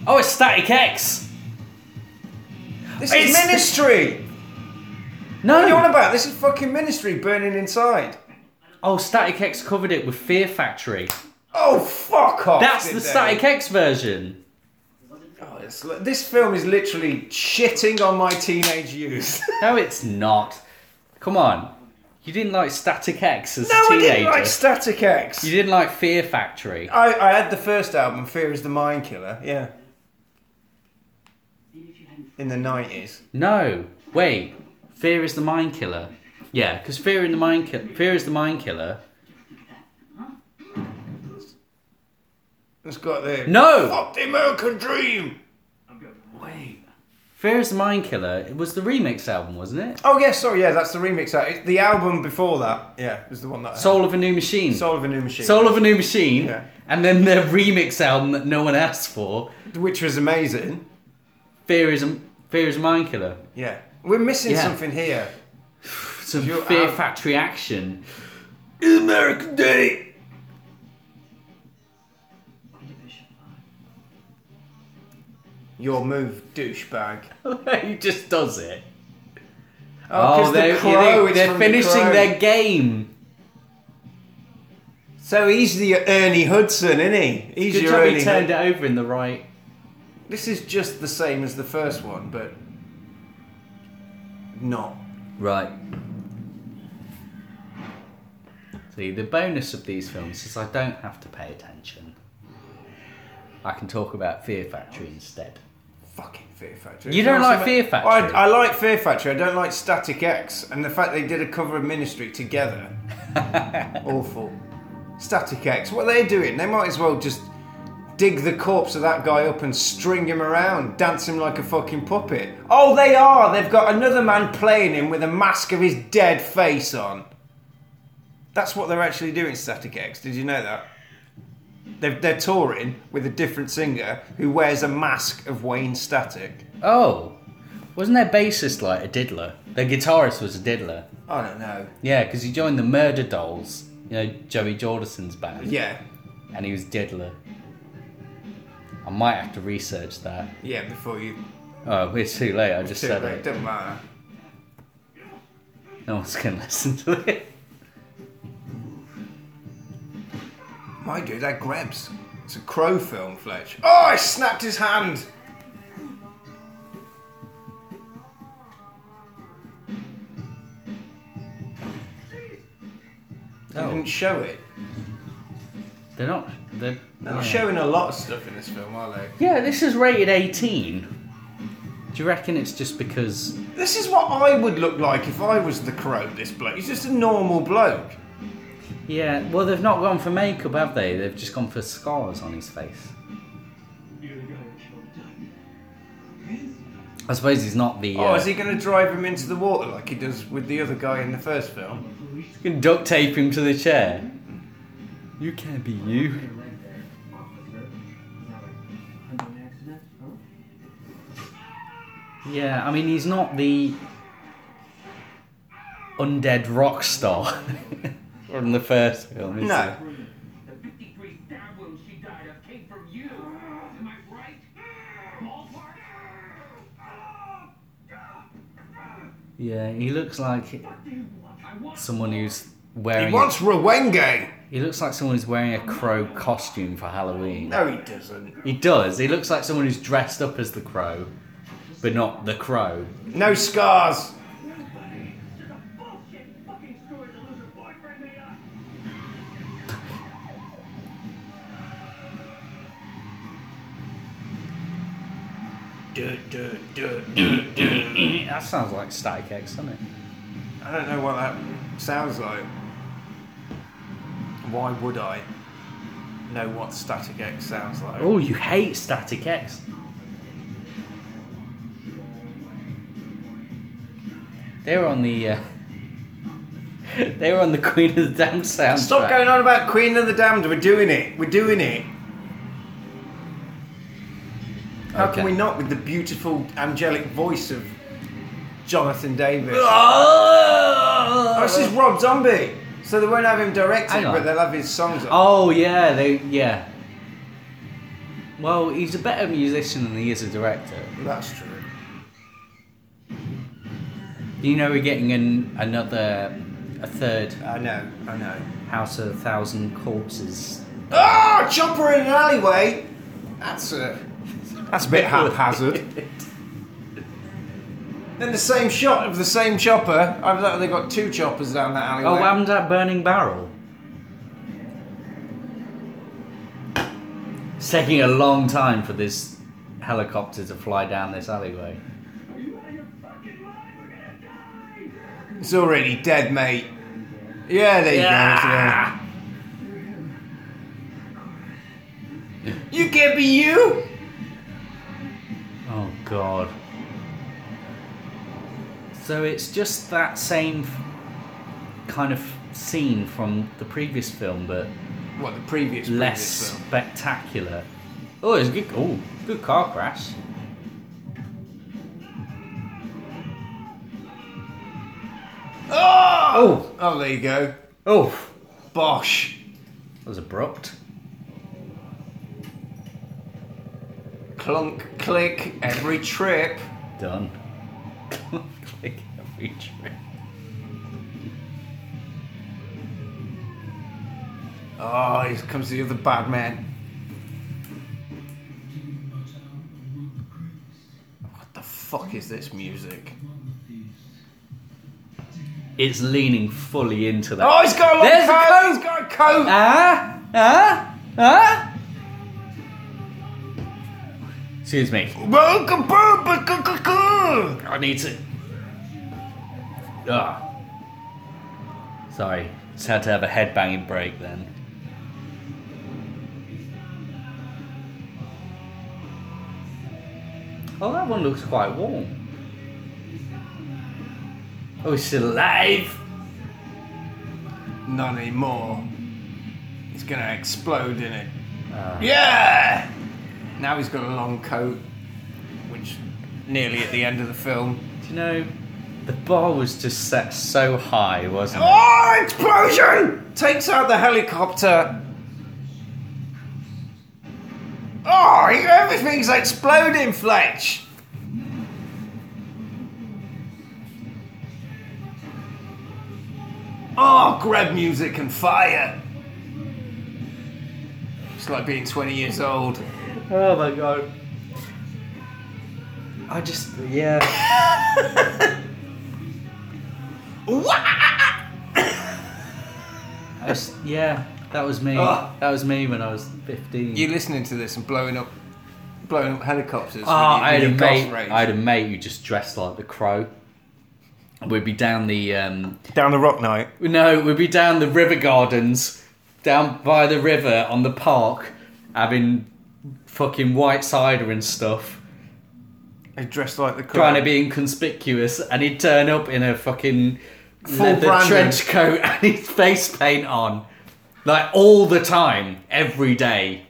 Oh, it's Static X!
This
It's
is
the-
ministry.
No!
What are you on about? This is fucking ministry burning inside.
Oh, Static X covered it with Fear Factory.
Oh, fuck off.
That's
did
the
they?
Static X version.
Oh, it's li- this film is literally shitting on my teenage
*laughs*
youth. *laughs*
No, it's not. Come on. You didn't like Static X as
no,
a
I
teenager.
didn't like Static X.
you didn't like Fear Factory.
I, I had the first album, Fear is the Mind Killer, yeah. In the 90s.
No, wait. Fear is the mind killer. Yeah, because fear in the mind ki- fear is the mind killer.
It's got the.
No,
Fuck the American Dream!
wait. Fear's Mind Killer. It was the remix album, wasn't it?
Oh yeah, sorry, yeah, that's the remix. uh, It's the album before that, yeah, was the one that
Soul of a New Machine.
Soul of a New Machine,
Soul of a New Machine.
Yeah.
And then their remix album that no one asked for.
which was amazing.
Fear is a Fear is a Mind Killer.
Yeah, we're missing
Yeah.
something here.
Some
You're
Fear
out.
Factory action. *laughs*
American Day.
Division 5.
Your move, douchebag.
he just does it.
Oh, 'cause the
they're,
crow,
they,
it's
they're
from the
finishing
crow.
their game.
So he's the Ernie Hudson, isn't he? He's
Good
your
job
Ernie.
he
Hud-
turned it over in the right.
This is just the same as the first one, but not.
Right. See, the bonus of these films is I don't have to pay attention. I can talk about Fear Factory instead.
Fucking Fear Factory.
You don't
It's
like
awesome.
Fear Factory?
I, I like Fear Factory. I don't like Static X, and the fact they did a cover of Ministry
*laughs*
together. Awful. Static X. What are they doing? They might as well just dig the corpse of that guy up and string him around, dance him like a fucking puppet. Oh, they are. They've got another man playing him with a mask of his dead face on. That's what they're actually doing, Static X. Did you know that? They're, they're touring with a different singer who wears a mask of Wayne Static.
Oh, wasn't their bassist like a diddler? Their guitarist was a diddler.
I don't know.
Yeah, because he joined the Murder Dolls, you know, Joey Jordison's band,
Yeah,
and he was diddler. I might have to research that.
yeah. Before you,
Oh, it's too late. I just
too
said
late.
it.
Doesn't matter.
No one's gonna *laughs* listen to it.
My dude, that grabs. It's a crow film, Fletch. Oh, I snapped his hand. They
Oh.
didn't show it.
They're not. They're.
They're
yeah.
showing a lot of stuff in this film, are they?
Yeah, this is rated 18. Do you reckon it's just because.
This is what I would look like if I was the crow. This bloke. He's just a normal bloke.
Yeah, well, they've not gone for makeup, have they? They've just gone for scars on his face.
You're the guy who killed Doug.
I suppose he's not the.
Oh,
uh,
is he going to drive him into the water like he does with the other guy in the first film?
You can duct tape him to the chair. You can't be you.
You're right there, officer. Now, like, under an accident, huh?
Yeah, I mean, he's not the undead rock star *laughs* from the first film. Is
No.
The 53 stab wound she died of came from you. Am I right? Ballpark?
He? Yeah, he looks like someone who's wearing.
He wants Rwenge.
he looks like someone who's wearing a crow costume for Halloween.
No, he doesn't.
He does. He looks like someone who's dressed up as the crow, but not the crow. *clears throat*
No scars.
That sounds like Static X, doesn't it?
I don't know what that sounds like. Why would I know what Static X sounds like?
Oh, you hate Static X. They were on the. Uh, *laughs* they were on the Queen of the Damned soundtrack.
Stop going on about Queen of the Damned. We're doing it. We're doing it. How
Okay.
can we not with the beautiful angelic voice of Jonathan Davis?
Ah!
Oh, this is Rob Zombie. So they won't have him direct
Hang
it,
on.
but they'll have his songs on.
Oh yeah, they yeah. Well, he's a better musician than he is a director.
That's true.
You know, we're getting an, another, a third
I know, I know.
House of a Thousand Corpses.
Oh, chopper in an alleyway. That's a that's a bit *laughs* haphazard. then the same shot of the same chopper. I've they got two choppers down that alleyway.
Oh, what happened to that burning barrel? It's taking a long time for this helicopter to fly down this alleyway.
It's already dead, mate. Yeah, there you go. it's there. You can't be you.
Oh god. So it's just that same f- kind of scene from the previous film, but
What the previous previous
less
film?
spectacular. Oh, it's a good. Oh, good car crash.
Oh! Oh, there you go.
Oh,
Bosh.
that was abrupt.
Clunk, click, every trip.
Done. *laughs* Click every trip.
Oh, here comes the other bad man. What the fuck is this music?
It's leaning fully into that.
Oh, he's got a long
There's a
coat!
coat!
He's got a coat!
Ah, ah, ah. Excuse me.
Welcome, Burba, cu- cu- cu.
I need to. Ah. Sorry, just had to have a headbanging break then. Oh, that one looks quite warm. Oh, it's still alive!
Not anymore. He's gonna explode in it.
Ah.
Yeah! Now he's got a long coat, which nearly at the end of the film.
Do you know, the bar was just set so high, wasn't it?
Oh, explosion! Takes out the helicopter. Oh, everything's exploding, Fletch. Oh, grab music and fire. It's like being 20 years old.
Oh my god. I just, yeah. I s- yeah, that was me.
Ugh.
That was me when I was 15.
You listening to this and blowing up, blowing up helicopters.
oh, I, had a mate,
rage.
I had a mate who just dressed like the crow. We'd be down the, um,
down the rock night.
no, we'd be down the river gardens, down by the river on the park, having fucking white cider and stuff.
I dressed like the crow.
trying to be inconspicuous, and he'd turn up in a fucking
Full
leather
Brandon.
trench coat *laughs* and his face paint on, like all the time, every day.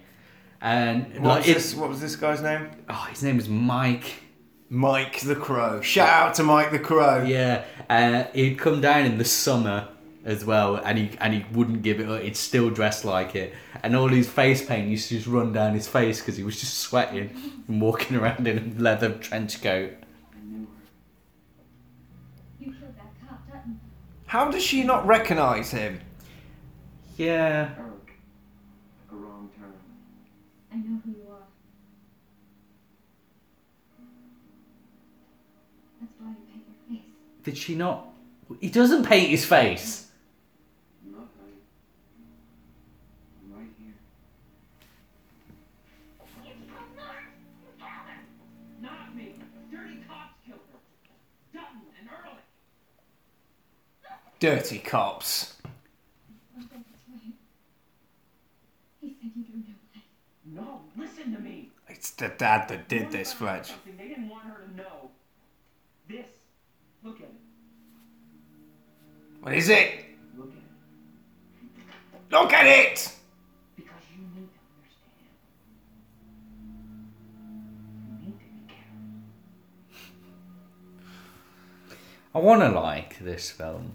And
What
like,
was,
it-
this, what was this guy's name?
oh, his name was Mike.
Mike the Crow. Shout out to Mike the Crow.
Yeah, uh, he'd come down in the summer as well, and he and he wouldn't give it up. He'd still dress like it, and all his face paint used to just run down his face because he was just sweating and walking *laughs* around in a leather trench coat.
You killed that cop, Dutton.
How does she not recognise him?
Yeah,
Eric, like a wrong turn.
I know who you are. That's why you paint your face.
did she not? He doesn't paint his face.
Nothing. I'm right here.
You killed Norris! You killed her!
Not me. Dirty cops killed her. Dutton and Early.
Dirty cops.
Don't go this way. He said you don't know life.
No, listen to me.
It's the dad that did
Warned
this,
her about
Fletch.
something They didn't want her to know. This. Look at it.
What is it?
Look at it.
Look at it!
Because you need to understand. You need to be careful.
I want to like this film.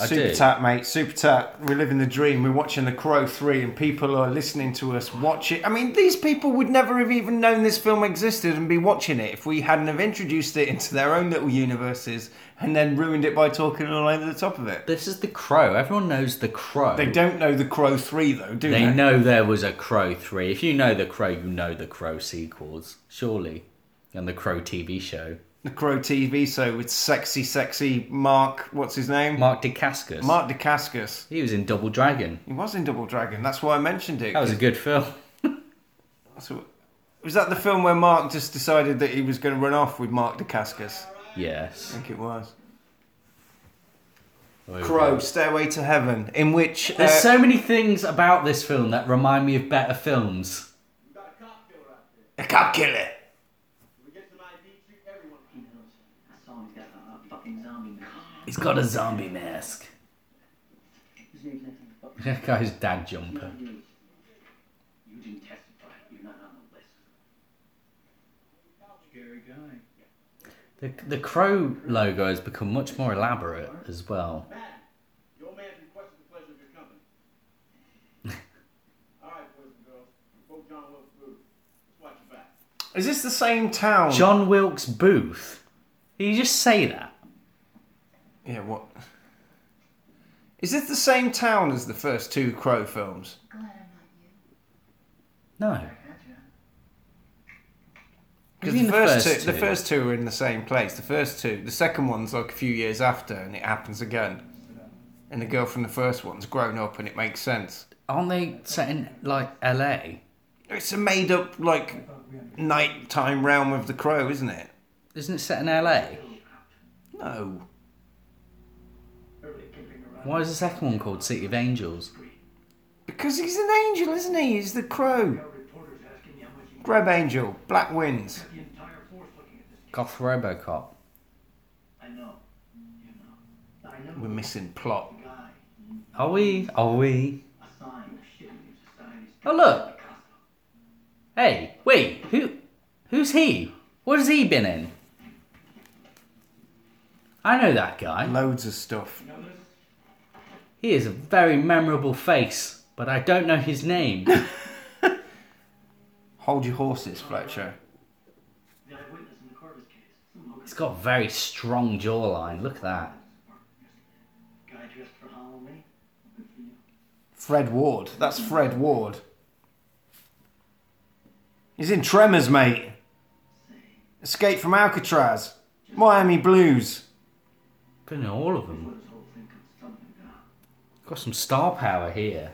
I
Super
do.
tap, mate. Super tap. We're living the dream. We're watching The Crow 3 and people are listening to us watch it. I mean, these people would never have even known this film existed and be watching it if we hadn't have introduced it into their own little universes and then ruined it by talking all over the top of it.
This is the crow. Everyone knows the crow.
They don't know The Crow 3 though, do
They know there was a Crow three. If you know the Crow, you know the Crow sequels, surely, and the Crow TV show.
the Crow TV show with sexy, sexy Mark. What's his name?
Mark Dacascos.
Mark Dacascos.
He was in Double Dragon.
He was in Double Dragon. That's why I mentioned it.
That was a good film. *laughs*
That's what- was that the film where Mark just decided that he was going to run off with Mark Dacascos? I
Yes.
think it was.
Oh,
Crow,
God.
Stairway to Heaven, in which uh,
There's so many things about this film that remind me of better films.
a cop killer.
I song. He's got a, a fucking zombie mask.
He's got a zombie mask.
His name's Anthony Buck.
*laughs* That guy's dad jumper.
You didn't testify. You're not on the list.
Scary guy.
The, the crow logo has become much more elaborate as well.
Madden, your man's requested the pleasure of your company. All right, boys and girls, quote John Wilkes Booth. Let's watch your back.
Is this the same town?
John Wilkes Booth. Did you just say that?
yeah, what? Is this the same town as the first two Crow films?
Glad I'm not you.
No.
Because
What do you
the,
mean
first two, the first two are in the same place. The first two, the second one's like a few years after, and it happens again. And the girl from the first one's grown up, and it makes sense.
Aren't they set in like L.A.?
It's a made-up like nighttime realm of the crow, isn't it?
Isn't it set in L.A.?
No,
Why is the second one called City of Angels?
because he's an angel, isn't he? He's the crow. Grub angel, black winds.
Goth RoboCop.
I know. You know. I know.
We're missing plot.
the guy.
Are we? Are we?
A sign of shit in your society's
Oh look!
Picasso.
Hey, wait. Who? Who's he? What has he been in? I know that guy.
Loads of stuff.
He has a very memorable face, but I don't know his name.
Hold your horses, Fletcher.
The eyewitness in the Corvus case. Some hocus
He's got a very strong jawline. Look at that.
guy dressed for Halloween. Good for you.
Fred Ward. That's Fred Ward. He's in Tremors, mate. Escape from Alcatraz. Miami Blues.
Good know all of them.
This whole thing comes tumbling down.
Got some star power here.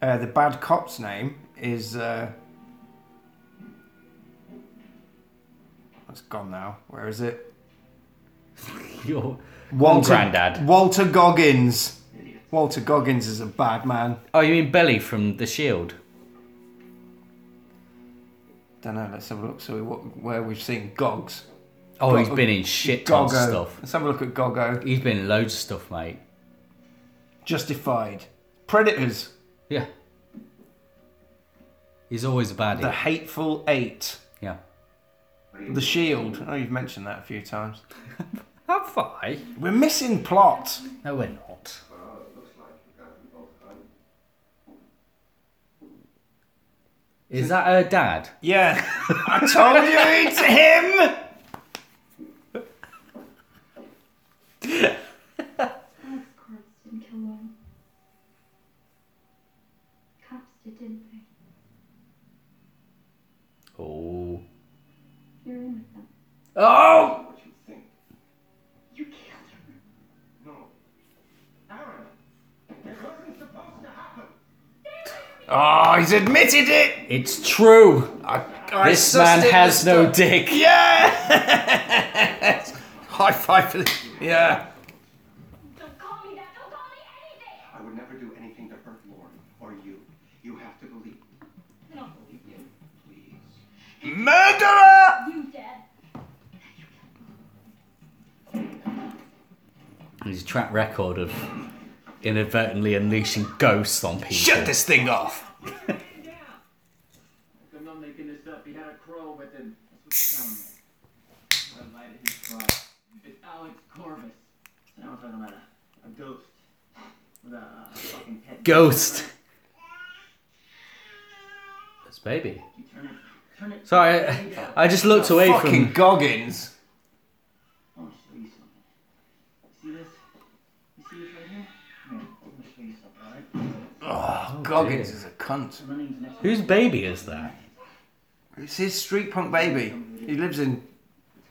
Uh, the bad cop's name is. Uh... That's gone now. Where is it?
Your granddad.
Walter Goggins. Walter Goggins is a bad man.
Oh, you mean Belly from The Shield?
Don't know. Let's have a look. So we, what, where we've seen Gogs.
Oh, he's
Gogo-
been in shit
Gogo.
tons of stuff.
Let's have a look at Gogo.
He's been in loads of stuff, mate.
Justified. Predators.
Yeah. He's always a baddie.
The Hateful Eight.
Yeah.
The Shield. Oh, you've mentioned that a few times.
Have I?
We're missing plot.
No, we're not. Is that her dad?
Yeah. *laughs* I told you it's him!
Alex's corpse didn't kill Lauren. Cops did, didn't they?
Oh.
You're in with them.
Oh!
What you think?
You killed her.
No. Aaron, it wasn't supposed to happen.
Oh, he's admitted it!
It's true.
I, I
this
sussed
man
it
has
this
no
time.
dick.
Yeah! *laughs* High five for this. Yeah.
Don't call me that. Don't call me anything.
I would never do anything to hurt Lauren or you. You have to believe.
I don't believe you.
Please.
Murderer!
You dead.
His track record of inadvertently unleashing ghosts on people.
Shut this thing off.
I'm not making this up. He uh, had a crow with him. That's what they're telling me. Red light in his crow. It's Alex Corvus. So now we're talking about a, a ghost. With a, a fucking pet.
Ghost. This baby.
Turn it. Turn it.
Sorry, I, I just looked away
Fucking
from.
Goggins.
I want to show you something. You see this? You see this right here? Come here. I'm going to show you something, alright?
Oh, Goggins
dear.
is a cunt.
My name's next
Whose baby is that?
It's his street punk baby. He lives in.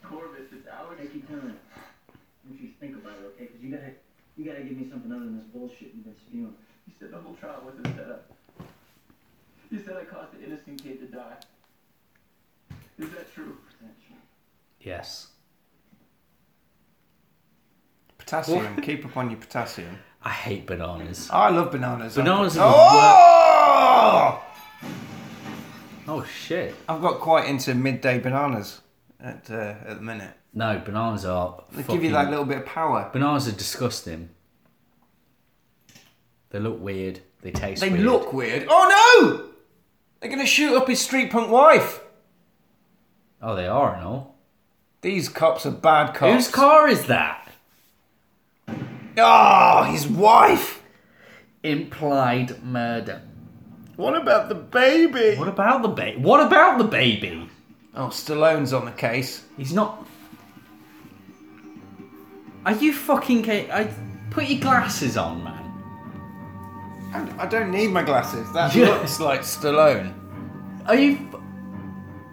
Corvus. It's Alex.
Take your time. Don't you think about it, okay? Because you gotta, you gotta give me something other than this bullshit you've been spewing.
You said the whole trial was a setup. You said I caused an innocent kid to die. Is that true?
Yes.
Potassium. Keep up on your potassium.
I hate bananas.
I love bananas.
Bananas are the
Oh!
Oh shit. Oh,
I've got quite into midday bananas at uh, at the minute.
No, bananas are.
They
fucking-
give you that little bit of power.
Bananas are disgusting. They look weird. They taste.
They
weird.
look weird. Oh no! They're gonna shoot up his street punk wife.
Oh, they are and all.
These cops are bad cops.
Whose car is that?
Oh, his wife.
Implied murder.
What about the baby?
What about the baby? What about the baby?
Oh, Stallone's on the case.
He's not. Are you fucking? Ca- I put your glasses on, man.
I I don't need my glasses. That
Yeah.
looks like Stallone.
Are you?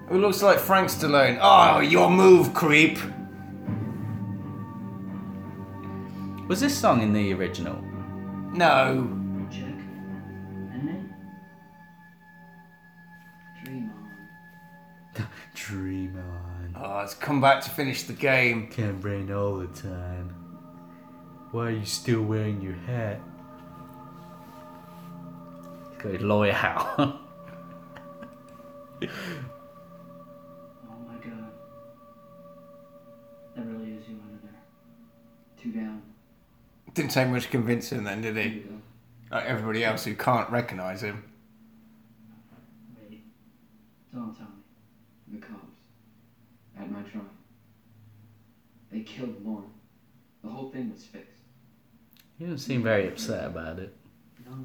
It looks like Frank Stallone. Oh, your move, creep.
Was this song in the original?
No,
Check. And then. Dream on.
Dream on.
Oh, it's come back to finish the game.
Can't rain all the time. Why are you still wearing your hat? Good lawyer *laughs* how.
Oh my god. That really is you under there. Two down.
Didn't take much convincing then, did
There
he?
you go.
Like everybody else who can't recognise him.
Wait. Don't tell me. The cops. At my trial. They killed Lauren. The whole thing was fixed.
you don't seem very upset about it.
No.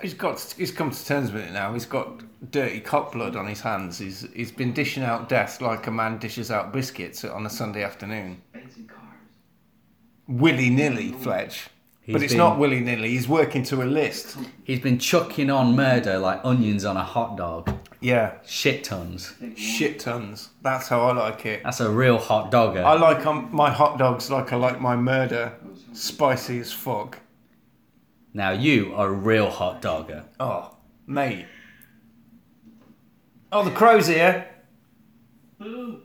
He's got. He's come to terms with it now. He's got dirty cop blood on his hands. He's he's been dishing out death like a man dishes out biscuits on a Sunday afternoon,
Fancy cars.
willy nilly, Fletch.
He's
but it's
been-
not willy nilly. He's working to a list.
He's been chucking on murder like onions on a hot dog.
Yeah,
Shit tons.
Take Lauren.
shit tons. That's how I like it.
That's a real hot dogger.
I like um, my hot dogs like I like my murder, spicy as fuck.
Now you are a real
*laughs*
hot dogger.
Oh, mate. Oh, the crow's here.
Boo!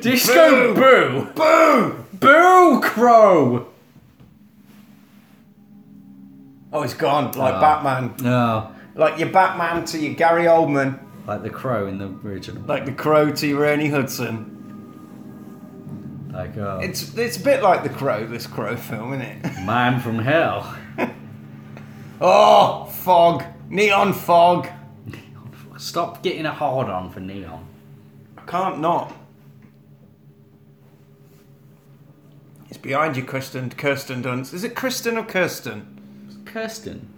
Disco boo!
Boo!
Boo crow!
Oh, he's gone like
Ah.
Batman.
No,
Like your Batman to your Gary Oldman,
like the crow in the original.
like the Crow to your Ernie Hudson.
Like, oh,
It's it's a bit like the Crow, this Crow film, isn't it? *laughs*
man from hell.
Oh, fog, neon fog.
Stop getting a hard on for Neon.
I can't not. It's behind you, Kirsten. Kirsten Dunst. Is it Kristen or Kirsten?
Kirsten.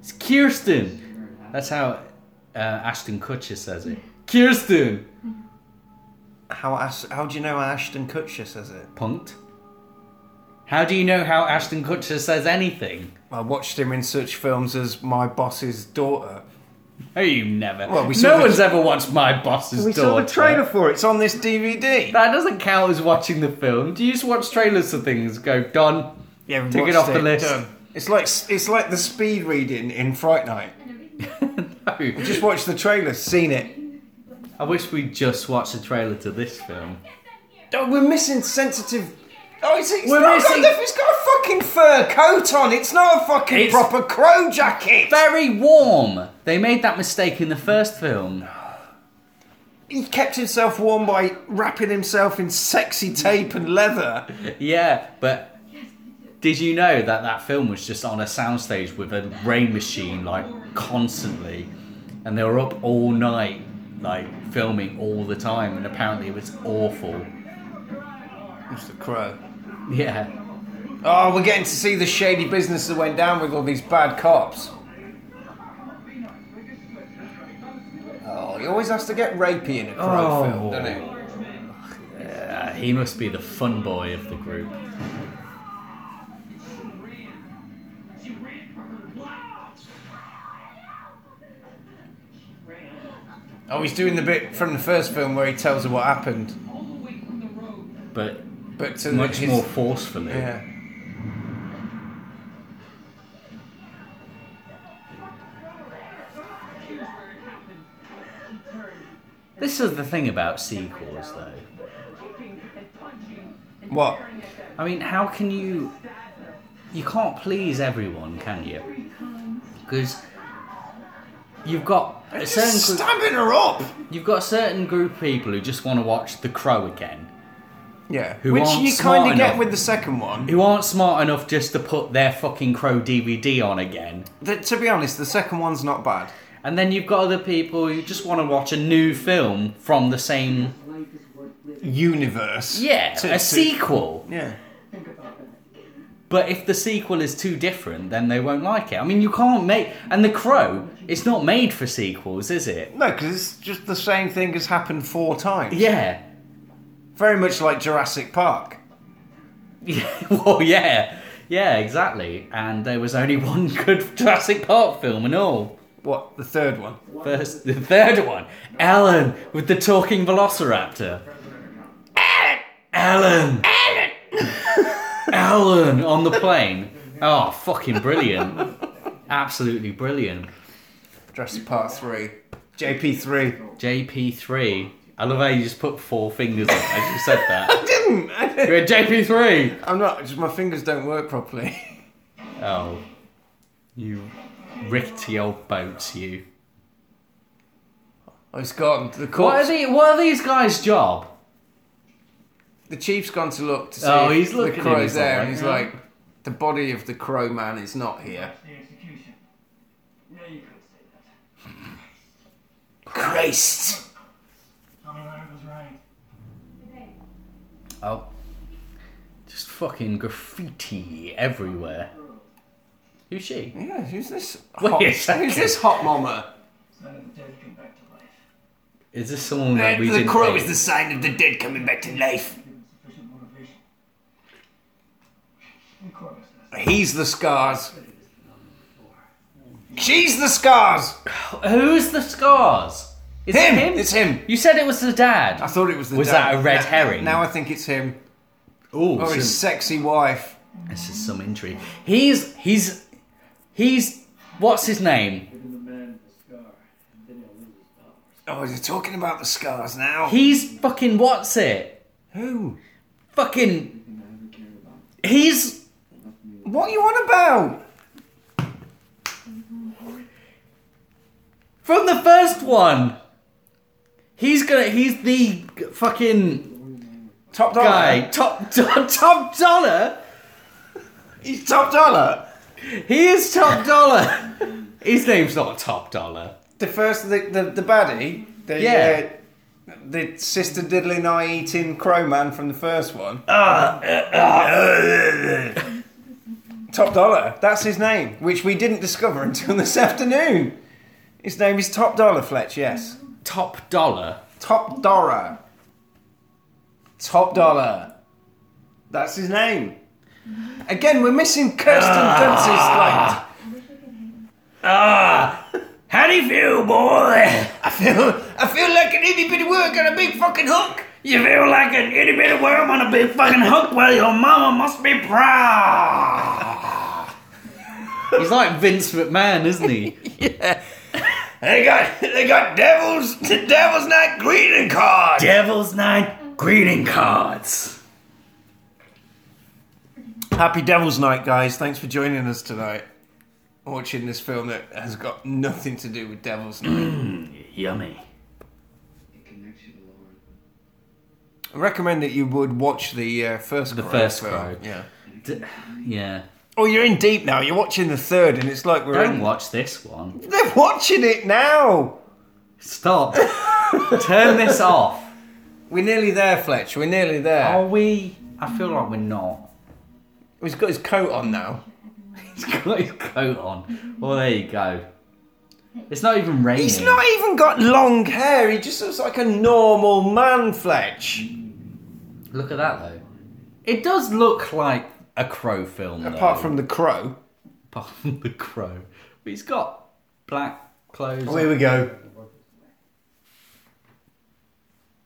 It's Kirsten! That's how uh, Ashton Kutcher says it. Kirsten!
How Ash- how do you know Ashton Kutcher says it?
Punked. How do you know how Ashton Kutcher says anything?
I watched him in such films as My Boss's Daughter.
Oh, you never.
Well, we saw
no
the-
one's ever watched My Boss's
We
Daughter.
saw the trailer for it. It's on this DVD.
That doesn't count as watching the film. Do you just watch trailers of things? Go done.
Yeah, we
Take it
watched
off the list.
It's like it's like the speed reading in Fright Night.
And everything
*laughs*
else
no.
Just watch the trailer, seen it.
I wish we just watched the trailer to this film.
gets done
Oh,
here.
we're missing sensitive. Oh, it's, it's
We're
not
missing-
Got, it's got a fucking fur coat on. It's not a fucking
It's-
proper crow jacket.
Very warm. They made that mistake in the first film.
He kept himself warm by wrapping himself in sexy tape and leather.
Yeah, but did you know that that film was just on a soundstage with a rain machine, like constantly, and they were up all night, like filming all the time, and apparently it was awful.
It's the crow.
Yeah,
Oh, we're getting to see the shady business that went down with all these bad cops. Oh, he always has to get rapey in a crow
Oh.
film, doesn't he?
uh, he must be the fun boy of the group.
She ran for her life! Ran
Oh, he's doing the bit from the first film where he tells her what happened,
all the way from the road.
But
but to
much
his,
more forcefully.
Yeah.
Here's where it happened. She turned,
This is the thing about sequels, though.
kicking and punching and
What?
tearing at that
I mean, how can you? You can't please everyone, can you? Because you've got a certain
Just
group,
stabbing her up.
you've got a certain group of people who just want to watch The Crow again,
Yeah.
Who
Which
aren't
you
smart
kind of get
enough.
with the second one.
who aren't smart enough just to put their fucking Crow DVD on again.
Th- to be honest, the second one's not bad.
And then you've got other people who just want to watch a new film from the same
Life is worth living.
Universe.
yeah,
To-
a
to-
sequel.
Yeah.
Think about that.
But if the sequel is too different, then they won't like it. I mean, you can't make and The Crow. It's not made for sequels, is it?
No, because it's just the same thing has happened four times.
Yeah. *laughs*
Very much like Jurassic Park.
Yeah, well, yeah, yeah, exactly. And there was only *laughs* one good Jurassic Park film in all.
What? The third one?
First, the third one, Alan with the talking Velociraptor. Alan, Alan, Alan on the plane. Oh, fucking brilliant! Absolutely brilliant.
Jurassic Park 3. JP3.
JP three. I love how you just put four fingers up as you said *laughs* that.
Didn't! I didn't.
You went JP three.
I'm not, just my fingers don't work properly. *laughs*
Oh, you rickety old boats, you.
Oh, it's gone. The
What are,
corpse.
the, what are these guys' job?
The chief's gone to look to see
Oh,
if
he's
the
looking and
crow's
he's
there,
like,
and he's
"Yeah."
like, the body of the crow man is not here.
The execution. No, you couldn't say that.
Christ!
Tommy Leonard was right.
Oh, just fucking graffiti everywhere. Who's she?
Yeah, who's this?
Wait
Hot,
a
who's
second.
this hot mama?
Son of the dead come back to life.
Is this someone that we
the
didn't
crow
pay?
is the sign of the dead coming back to life.
Given sufficient motivation. And Corvus does.
He's the scars. She's the scars.
Who's the scars? Is
Him.
it him?
It's him.
You said it was the dad.
I thought it was the.
Was
dad.
that a red
Now-
herring?
Now I think it's him
oh,
or
so
his sexy wife.
this is some intrigue. He's he's he's what's his name?
Given the man the scar, and then he'll lose his powers.
Oh, you're talking about the scars now.
He's fucking what's it?
Who?
Fucking
And I never cared about
he's
What are you on about?
from the first one. He's gonna he's the fucking
Top dollar.
guy, top, *laughs* top, top dollar.
He's top dollar.
He is top dollar. His name's not top dollar.
The first, the the, the baddie. The,
Yeah.
uh, the sister diddling eye eating crow man from the first one. Top Dollar. That's his name, which we didn't discover *laughs* until this afternoon. His name is Top Dollar Fletch, yes.
Top dollar.
Top Dollar. Top Dollar. That's his name. Again, we're missing Kirsten Dunst's like.
Ah. How do you feel, boy?
I feel, I feel like an itty bitty work on a big fucking hook.
You feel like an itty bitty worm on a big fucking hook. Well, your mama must be proud. He's like Vince McMahon, isn't he?
They got, they got devils, the devil's night greeting card.
Devil's Night greeting cards.
Happy Devil's Night, guys. Thanks for joining us tonight. Watching this film that has got nothing to do with Devil's Night.
Yummy.
it. It connects you to Lauren.
I recommend that you would watch the uh, first
The
Crow
first
film.
Crow.
Yeah.
D- yeah.
Oh, you're in deep now. You're watching the third, and it's like we're
Don't
in.
watch this one.
They're watching it now.
Stop. Turn this off.
We're nearly there, Fletch. We're nearly there. Oh,
Are we? I feel like we're not.
He's got his coat on now.
He's got his coat on. Well, there you go. It's not even raining.
He's not even got long hair. He just looks like a normal man, Fletch.
Look at that though. It does look like a crow film.
Apart
though.
from the crow.
apart from the crow, but he's got black clothes.
Oh, here we go.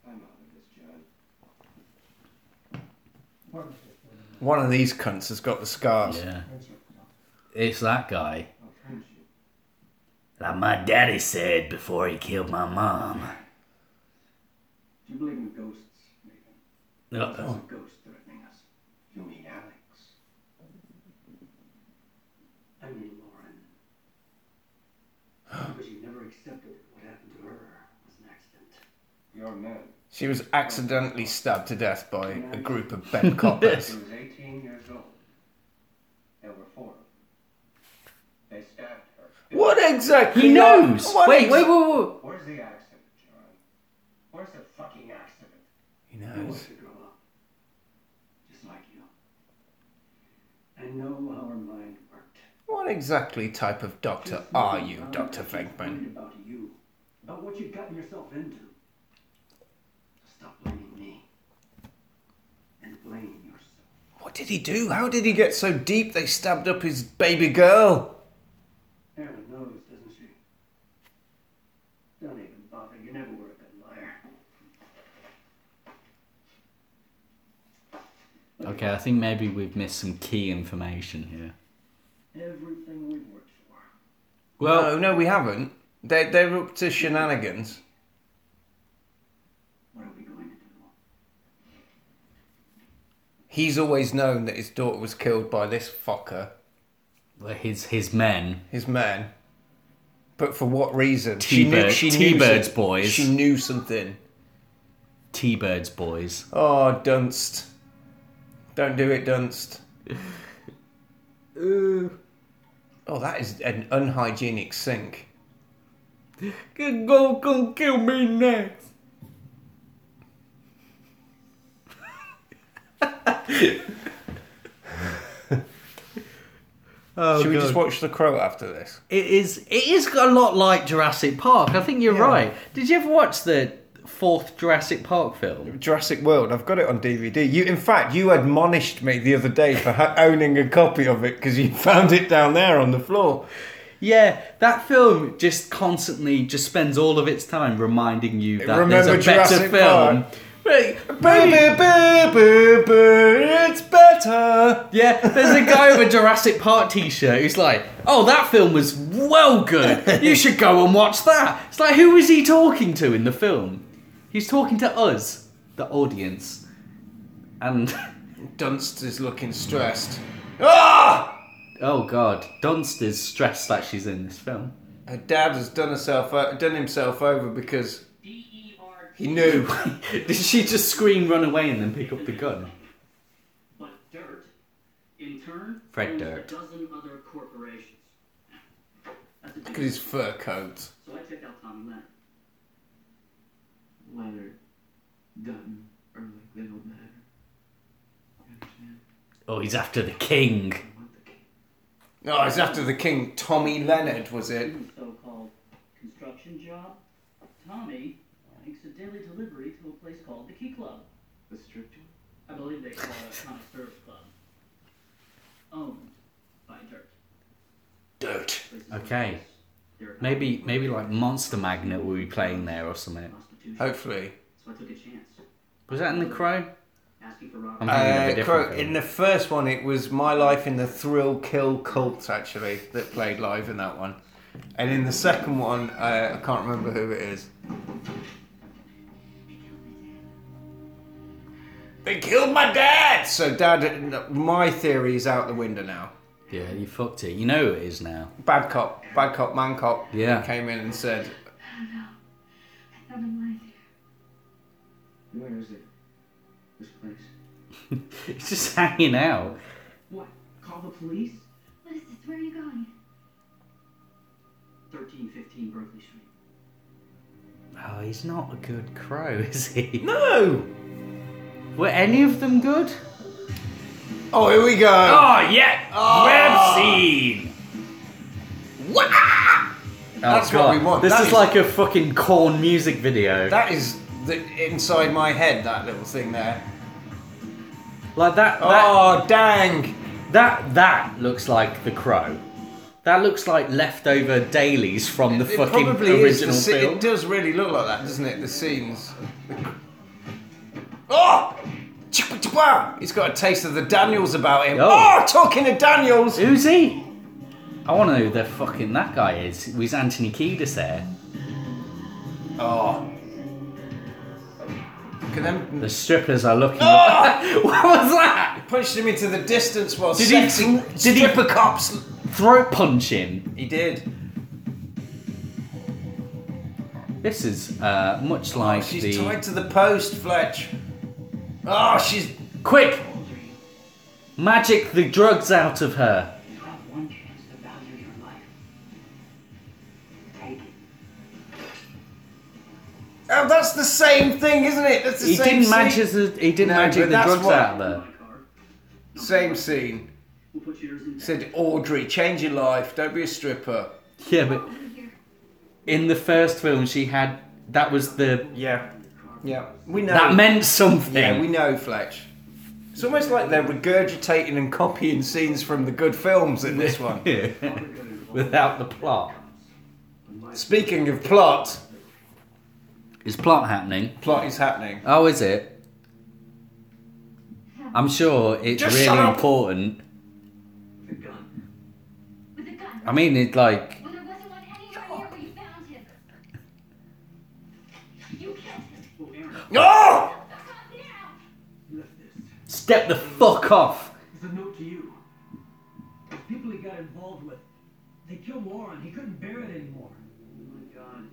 I'm out of this job.
One of these cunts has got the scars.
yeah, it's that guy.
I'll friends you.
Like my daddy said before he killed my mom. Uh,
Do you believe in ghosts, Nathan?
Uh-oh.
Oh,
There's a ghost threatening us. You mean Alex? I mean Lauren. But you never accepted what happened to her was an accident. You're mad.
She was accidentally stabbed to death by a group of bent coppers. *laughs*
*laughs* She was 18 years old. There were four. of them. They stabbed her.
what exactly?
He
are-
knows.
Oh, what
wait,
ex-
wait, wait, wait.
Where's the accident, John? Where's the fucking accident?
He
I want
knows.
to grow up, just like you. I know how her mind worked.
What exactly type of doctor are you, Dr. Venkman?
Worried about you, about what you've gotten yourself into. So stop blaming me, and blame yourself.
What did he do? How did he get so deep they stabbed up his baby girl?
Erin knows, doesn't she? Don't even bother. You never were a good liar.
Okay, I think maybe we've missed some key information here.
Everything we've worked for.
Well, no, no, we haven't. They, they're up to shenanigans.
What are we going to do?
He's always known that his daughter was killed by this fucker,
Well, his his men.
his man. But for what reason? She
T-bird- T-birds,
some-
boys.
She knew something.
T Birds boys.
Oh, Dunst. Don't do it, Dunst. Oh, that is an unhygienic sink.
Go, go, kill
*laughs*
me next.
Should we
Oh,
just watch The Crow after this?
It is. It is a lot like Jurassic Park. I think you're right. Did you ever watch the fourth Jurassic Park film?
Jurassic World. I've got it on DVD. You, in fact, you admonished me the other day for ha- owning a copy of it because you *laughs* found it down there on the floor.
Yeah, that film just constantly just spends all of its time reminding you that
Remember
there's a better
Jurassic
film.
Park?
Wait, wait.
Baby, baby, baby, it's better.
Yeah, there's a guy with a Jurassic Park t-shirt who's like, "Oh, that film was well
*laughs*
good. You should go and watch that." It's like, who is he talking to in the film? He's talking to us, the audience, and *laughs*
Dunst is looking stressed. Ah!
oh god, Dunst is stressed that she's in this film.
Her dad has done herself o- done himself over because he knew. *laughs*
Did she just scream, run away, and then pick up the gun?
But dirt, in turn,
Fred
owns
Dirt.
a dozen other corporations. That's a big
Look at his fur coat.
So I checked out Tommy Leonard. Leonard, Dutton, Erlich, they don't matter. You understand?
Oh, he's after the king.
I want the king.
No, it's Oh, after the king, Tommy Leonard, was it?
Doing so-called construction job. Tommy makes a daily delivery to a place called the Key Club. The strip joint? I believe they call it a connoisseurs club. Owned by Dirt.
Dirt.
Places
Okay.
like this, they're
Maybe, maybe like Monster Magnet will be playing there or something.
prostitution.
Hopefully.
So I took a chance,
Was that in The Crow?
asking for Robert.
I'm thinking of a
Uh,
different
Crow,
film.
in the first one, it was My Life in the Thrill Kill Cult, actually, that played live in that one. And in the second one, uh, I can't remember who it is. They killed my dad! So, dad, my theory is out the window now.
Yeah, you fucked it. You know who it is now. *laughs*
Bad cop, bad cop, man cop
Yeah.
came in and said,
I thought I'm lying.
Where is it? This place.
It's just hanging out.
What? Call the police?
What is this? Where are you going?
1315 Berkeley Street.
Oh, he's not a good crow, *laughs* is he?
No!
Were any of them good?
Oh, here we go!
Oh, yeah! Web scene!
That's what we want.
Oh, This
That
is,
is-
like a fucking corn music video.
That is the, inside my head, that little thing there.
like that, that,
Oh, dang!
that, that looks like The Crow. That looks like leftover dailies from the
It
fucking
probably is. The
original
sce-
film.
It does really look like that, doesn't it? The scenes. Oh! Chick-a-chick-a! He's got a taste of the Daniels about him.
Oh.
Oh, talking of Daniels!
Who's he? I want to know who the fucking that guy is. Was Anthony Kiedis there?
Oh. Look at them.
The strippers are looking. *laughs* what
Oh!
was that?
Punched him into the distance while
Did he-
sexy
did he-
stripper cops.
Throat punching.
He did.
This is uh, much like
Oh, She's
the.
tied to the post, Fletch. Oh, she's.
Quick! Magic the drugs out of her.
You have one chance to value your life. Take it.
Oh, that's the same thing, isn't it? That's the
He
same
didn't
scene.
magic. The, he didn't
No,
magic
but
the
that's
drugs
what-
out there.
Same scene. Said Audrey, change your life. Don't be a stripper.
Yeah, but in the first film, she had that was the
Yeah. Yeah. We know.
that meant something.
Yeah, we know Fletch. It's almost like they're regurgitating and copying scenes from the good films in this one.
*laughs* Without the plot,
*laughs* Speaking of plot,
is plot happening?
plot is happening.
Oh, is it? I'm sure it's
Just shut
really
up.
important.
The gun.
With a gun.
I mean, it's like
Well, there wasn't one anywhere near where you found him. You killed him.
Oh, Aaron,
*laughs* Oh!
Fuck off now.
you left this.
step the fuck off.
It's a note to you. The people he got involved with, they killed Lauren. He couldn't bear it anymore. Oh my God.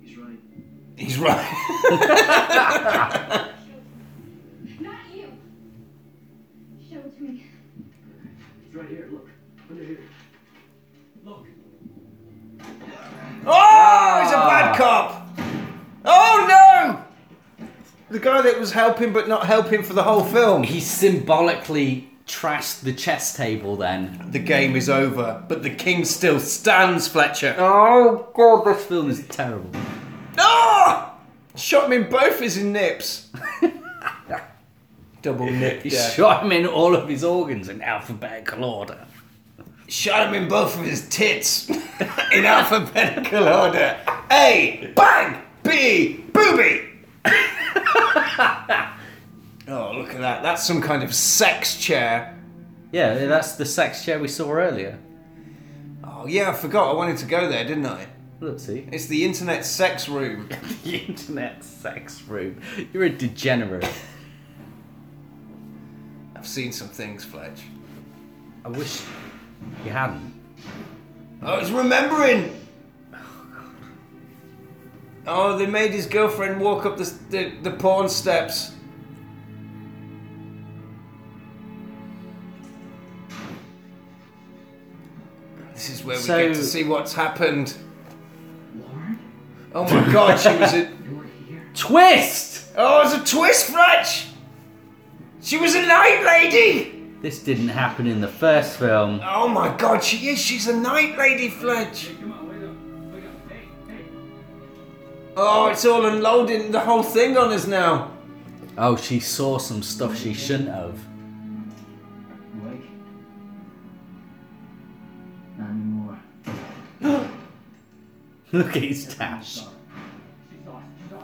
He's right.
He's right.
Not you. Show it to me.
It's right here. Look. Under here. Look.
*laughs* Oh, he's a bad cop. Oh no! The guy that was helping but not helping for the whole film.
He symbolically trashed the chess table. Then.
The game is over, but the king still stands, Fletcher.
Oh god, this film is terrible.
Ah! Shot him in both his nips.
*laughs*
Double nip.
He
yeah.
shot him in all of his organs in alphabetical order.
Shot him in both of his tits *laughs* in alphabetical order. A, bang! B, booby! *laughs* oh, look at that. That's some kind of sex chair.
Yeah, that's the sex chair we saw earlier.
Oh, yeah, I forgot. I wanted to go there, didn't I?
Let's see.
It's the internet sex room.
*laughs* The internet sex room. You're a degenerate.
I've seen some things, Fletch.
I wish you hadn't.
I was remembering. Oh, they made his girlfriend walk up the the, the porn steps. This is where we
So-
get to see what's happened.
Lauren?
Oh my god, she was a *laughs*
You were here?
Twist!
oh, it's a twist, Fletch. She was a night lady.
This didn't happen in the first film.
Oh my god, she is. She's a night lady, Fletch.
Come on, wake up. Wake up. Hey, hey.
Oh, it's all unloading the whole thing on us now.
Oh, she saw some stuff she shouldn't have. *laughs*
Wake. Not anymore.
Look at his tash.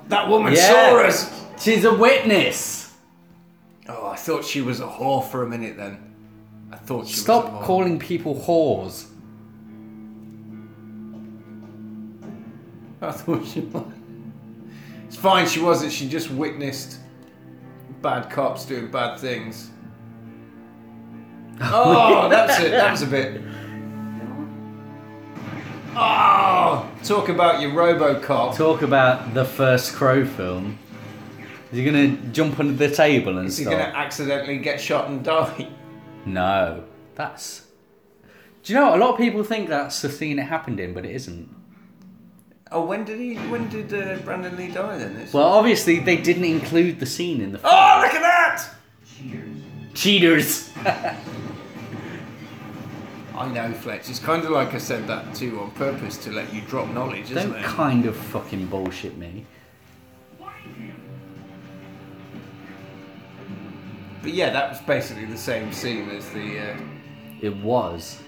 That woman
Yeah.
saw us.
She's a witness!
Oh, I thought she was a whore for a minute then. I thought she was a
Stop
whore.
calling people whores.
I thought she was. It's fine, she wasn't. She just witnessed bad cops doing bad
*laughs*
things. Oh, that's it. That was a bit. Oh, talk about your Robocop.
Talk about the first Crow film. You're gonna jump under the table and
Is he
stuff.
going to accidentally get shot and die?
No, that's. Do you know a lot of people think that's the scene it happened in, but it isn't.
Oh, when did he? When did uh, Brandon Lee die then? It's-
Well, obviously they didn't include the scene in the. film.
Oh, look at that!
Cheers.
Cheaters.
I know, Fletch. It's kind of like I said that to you on purpose to let you drop knowledge, isn't
Don't
it?
kind of fucking bullshit me.
But yeah, that was basically the same scene as the. Uh,
It was.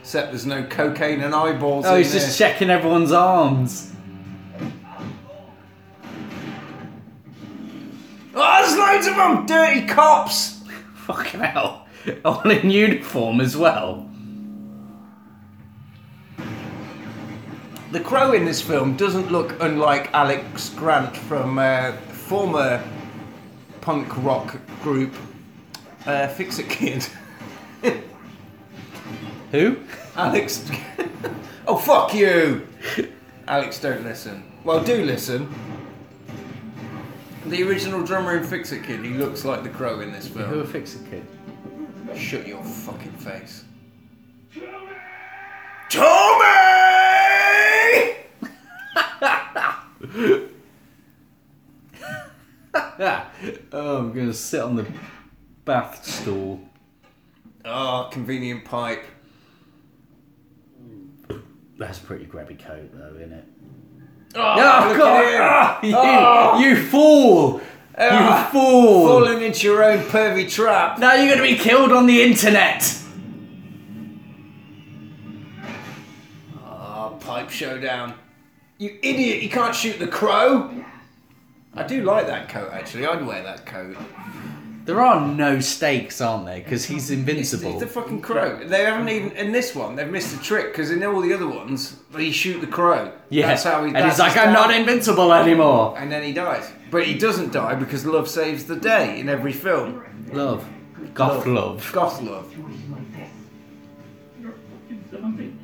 except there's no cocaine and eyeballs.
Oh,
in
he's
there.
just checking everyone's arms.
Oh, there's loads of them, dirty cops.
Fucking hell. *laughs* All in uniform as well.
The crow in this film doesn't look unlike Alex Grant from uh, former punk rock group uh, Fix *laughs* It Kid.
Who?
Alex. oh, *laughs* Oh, fuck you! Alex, don't listen. Well, do listen. The original drummer in Fix It Kid, he looks like the crow in this
Who
film.
will fix it, kid?
Shut your fucking face.
Tommy!
Ah, oh, I'm gonna sit on the bath stool.
Ah, convenient pipe.
That's a pretty grabby coat, though, isn't it?
Oh,
Oh,
look
God!
at him.
Ah, you, you fool!
Ah,
you fool!
Falling into your own pervy trap.
Now you're gonna be killed on the internet!
Ah, pipe showdown. You idiot, you can't shoot the crow! I do like that coat actually, I'd wear that coat.
There are no stakes, aren't there? Because he's
It's, it's
invincible.
the fucking crow. They haven't even, in this one, they've missed a trick because in all the other ones, they shoot the crow.
yeah.
That's how he
and he's
that's
like,
his
I'm
down-
not invincible anymore.
And then he dies. But he doesn't die because love saves the day in every film.
Love. Goth love.
Goth love.
You're a fucking zombie.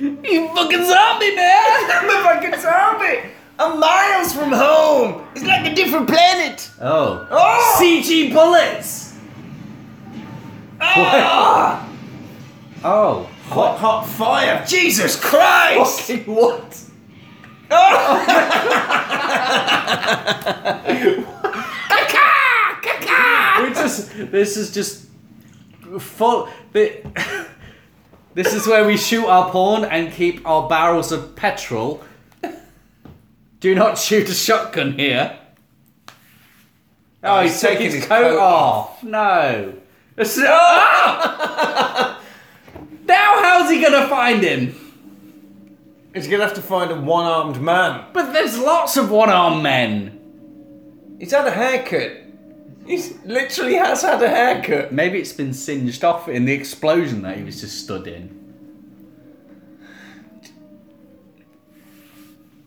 You fucking zombie, man!
*laughs* I'm a fucking zombie! I'm miles from home! It's like a different planet!
Oh.
Oh!
CG bullets!
Ah!
What? Oh.
Hot, hot fire! Jesus Christ!
Fucking
*laughs*
what? we just this is just full the, *laughs* this is where we shoot our porn and keep our barrels of petrol do not shoot a shotgun here oh he's, taking his, coat, off. no It's- Ah! *laughs* now how's he gonna find him
He's gonna have to find a one armed man.
but there's lots of one-armed men
He's had a haircut. He's literally has had a haircut.
maybe it's been singed off in the explosion that he was just stood in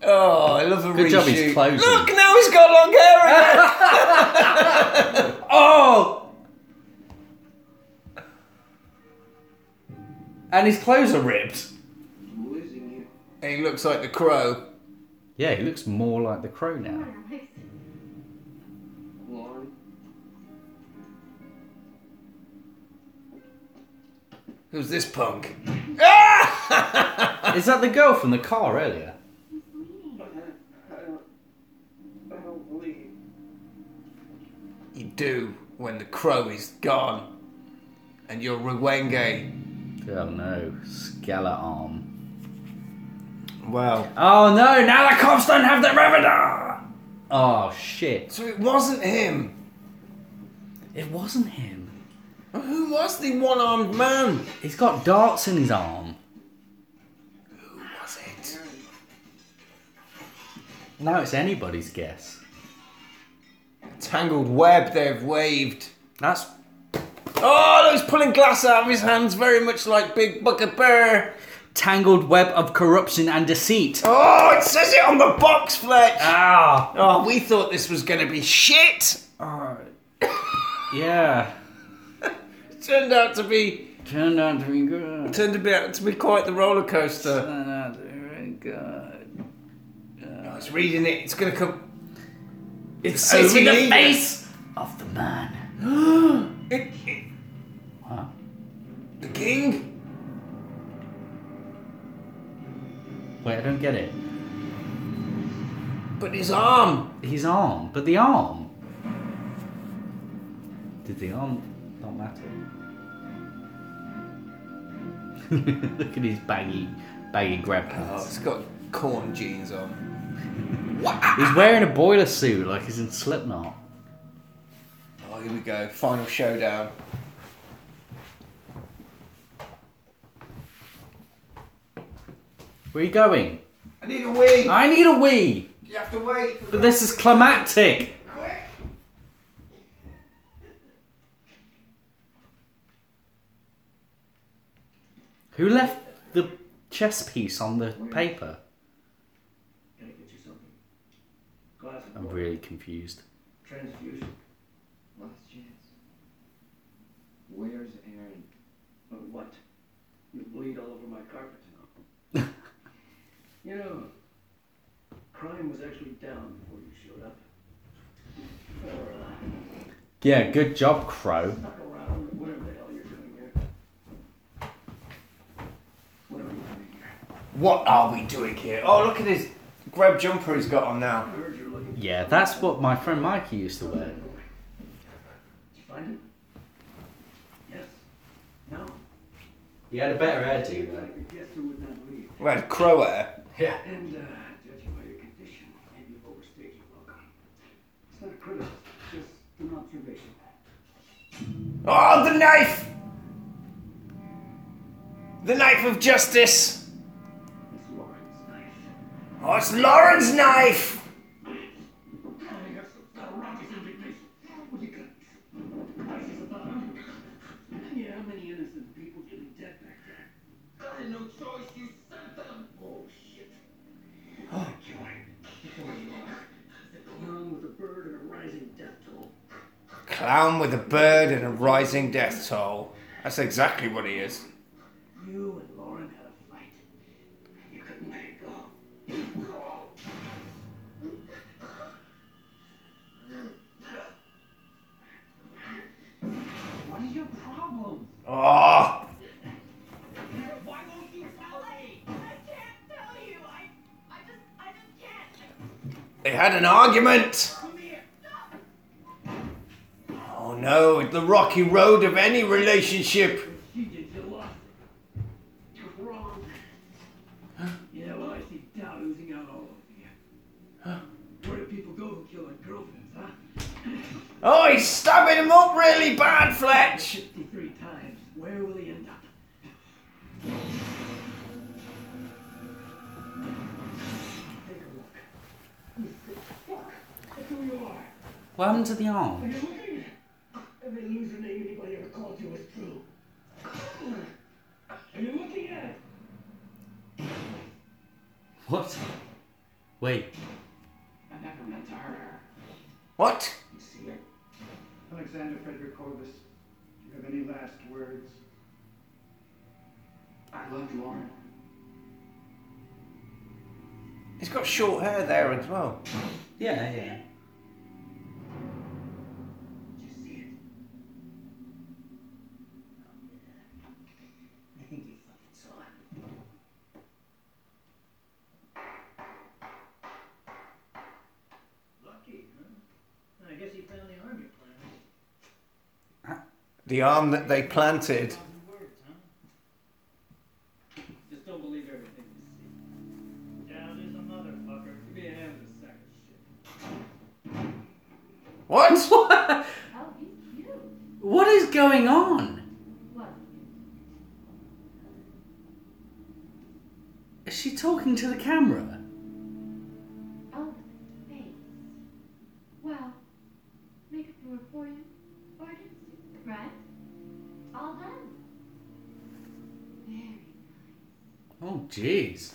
Oh, I love a
Good
reshoot.
job he's closing.
Look, now he's got long hair again! *laughs*
Oh! And his clothes are ripped.
I'm losing you.
and he looks like the crow.
Yeah, he looks more like the crow
Come
now.
on, Alex.
Lauren,
Who's this punk? Ah!
Is that the girl from the car earlier?
He's bleeding.
I don't. I don't believe.
*laughs* You do when the crow is gone. And you're Ruwenge.
Oh no, Scala arm.
Wow.
Oh no, now the cops don't have their revenue! Oh shit.
So it wasn't him.
It wasn't him.
Who was the one armed man?
He's got darts in his arm.
Was it?
Now it's anybody's guess.
Tangled web they've waved.
That's.
Oh, no, he's pulling glass out of his hands, very much like Big Buckabear.
Tangled web of corruption and deceit.
Oh, it says it on the box, Fletch.
Ah!
oh, we thought this was going to be shit. Oh,
Yeah.
Turned out to be
Turned out to be good.
turned to be to be quite the roller coaster.
Turned out to be really good.
I was reading it. It's going to come. Oh,
It's
It's
over the
illegal.
face of the man.
It, it,
Huh.
the king.
Wait, I don't get it.
But his arm.
His arm, but the arm. Did the arm not matter? *laughs* Look at his baggy, baggy grab
Oh,
pants.
it's got corn jeans on.
He's wearing a boiler suit like he's in Slipknot.
Oh, here we go. Final showdown.
Where are you going?
I need a wee.
I need a wee.
You have to wait.
But this is climactic. Who left the chess piece on the paper?
Gotta get you something. Glass of
I'm
water.
really confused.
Transfusion. Last chance. Where's Aaron? Or what? You bleed all over my carpet. You know, crime was actually down before you showed up. Or uh,
Yeah, good job, Crow.
stuck around, or whatever the hell you're doing here. What are you doing here?
What are we doing here? Oh, look at this grab jumper he's got on now.
I heard you're looking.
Yeah, that's what my friend Mikey used to wear.
Did you find it? Yes. No.
He had a better hairdo
I could guess who would not leave.
We had crow air.
And uh, judging by your condition, maybe you've overstayed your welcome. It's not a criticism, it's just an observation.
Oh, the knife! The knife of justice!
It's Lauren's knife.
Oh, it's Lauren's knife!
Yeah, how many innocent people did we dead back there? I had no choice, you sent them! Oh, shit. Oh, Before you are. The clown with a bird and a rising death toll.
Clown with a bird and a rising death toll. That's exactly what he is.
You and Lauren had a fight. You couldn't let it go. What is your problem?
Oh!
Why won't you tell me?
I can't tell you. I, I just, I just can't.
They had an argument!
Come here.
Oh no, it's the rocky road of any relationship!
She did you lost it. You're wrong. Yeah, well, I see doubt oozing out all over you. Where do people go who kill their girlfriends, huh?
Oh, he's stabbing him up really bad, Fletch!
53 times. Where will he end up? Take a look. Fuck! That's who you are.
What happened to the arm?
You're looking. Every loser name anybody ever called you is true. Are you looking at it?
What? Wait,
I never meant to hurt her.
What?
You see her? Alexander Frederick Corvus, do you have any last words? I loved Lauren.
He's got short hair there as well.
Yeah, yeah.
Did you see it? I think you fucking saw it. Lucky, huh? I guess he found the army plan.
The arm that they planted.
Just don't believe everything you see. Down is a motherfucker. Be a hand with a sack of shit.
What?
What?
Oh, he's cute.
*laughs* What is going on?
What?
Is she talking to the camera?
Oh, thanks. Well, makeup you were for you, or didn't you? Right? All done. Very.
Oh, jeez.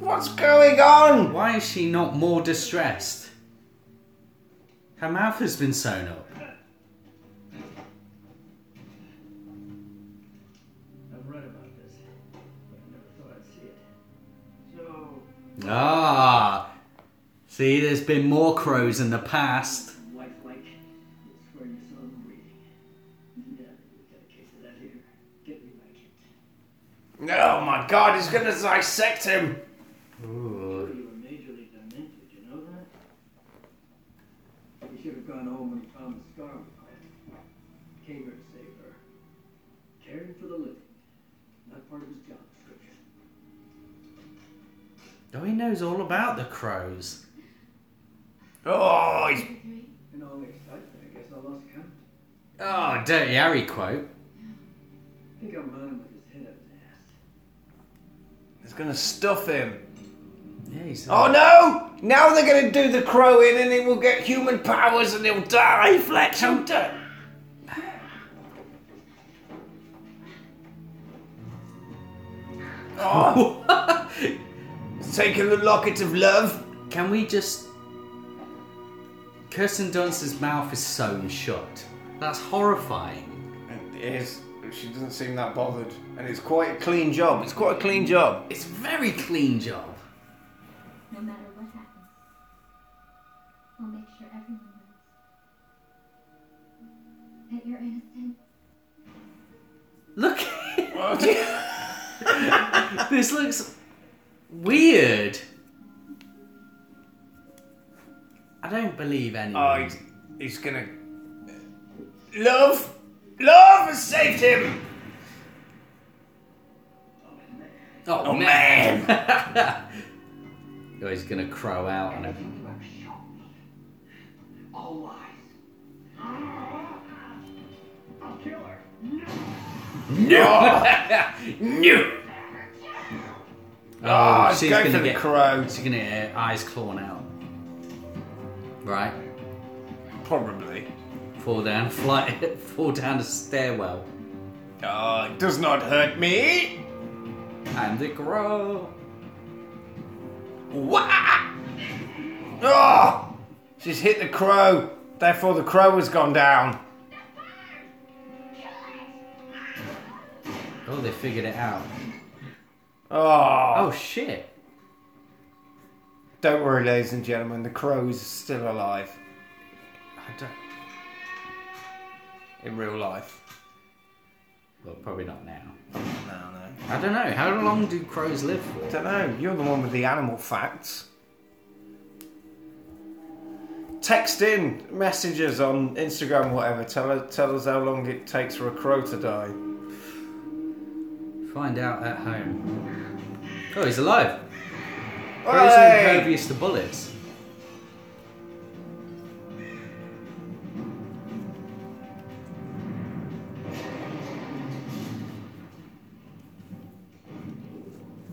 What's going on?
Why is she not more distressed? Her mouth has been sewn up.
I've read about this, but I never thought I'd see it. So,
Ah. See, there's been more crows in the past.
lifelike, it's where you saw them breathing. Yeah, we got a case of that here. Get me my kid.
Oh my god, he's gonna dissect him!
Sure, you were majorly demented, you know that? You should have gone home when you found the scar we planted. Came here to save her. Caring for the living. Not part of his job description.
Oh, he knows all about the crows.
Oh, he's.
Two, three.
In all the excitement, I guess I lost count.
Oh, Dirty Harry quote.
I think I'm running with his head up his ass.
He's gonna stuff him.
Yeah, he's.
Oh no! Now they're gonna do the crow in and he will get human powers and he'll die, Fletch! He'll die! Oh, *laughs* he's taking the locket of love.
*laughs* Can we just. Kirsten Dunst's mouth is sewn shut. That's horrifying.
It is. she doesn't seem that bothered. And it's quite a clean job. It's quite a clean job.
It's very clean job.
No matter what happens, I'll make sure everyone knows that you're innocent.
Look.
*laughs*
*laughs* this looks weird. I don't believe any.
Oh, he's, he's gonna. Love! Love has saved him!
oh,
Oh,
man. *laughs* oh, he's gonna crow out on him.
You have shown me. All lies. I'll kill her.
*laughs*
no.
Oh,
Oh,
he's
she's
Ah, going
gonna
for the
get.
crow.
She's gonna get her eyes clawing out. Right.
Probably.
Fall down. *laughs* Fly. Fall down the stairwell.
Oh, it does not hurt me!
And the crow.
Wah! Oh! She's hit the crow. Therefore, the crow has gone down.
Oh, they figured it out.
Oh.
Oh shit.
Don't worry, ladies and gentlemen, the crow is still alive
I don't.
in real life.
Well, probably not now.
No, no.
I don't know. How long do crows live for?
Don't know. You're the one with the animal facts. Text in messages on Instagram, whatever. Tell us, tell us how long it takes for a crow to die.
Find out at home. Oh, he's alive. Crows are
Hey!
impervious to bullets.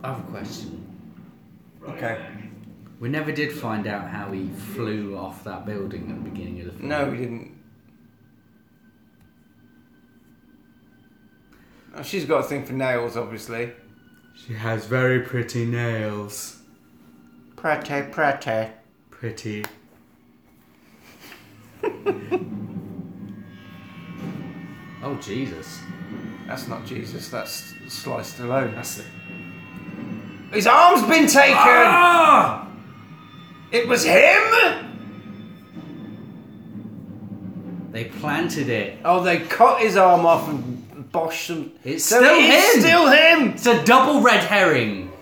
I have a question.
Okay.
We never did find out how he flew off that building at the beginning of the film.
No, we didn't. Oh, she's got a thing for nails, obviously.
She has very pretty nails.
Prate, prate.
Pretty. *laughs* oh Jesus!
That's not Jesus. That's sliced alone.
That's it.
His arm's been taken.
Ah!
It was him.
They planted it.
Oh, they cut his arm off and bosh some.
It's
So
still
it's
him.
Still him.
It's a double red herring. *laughs*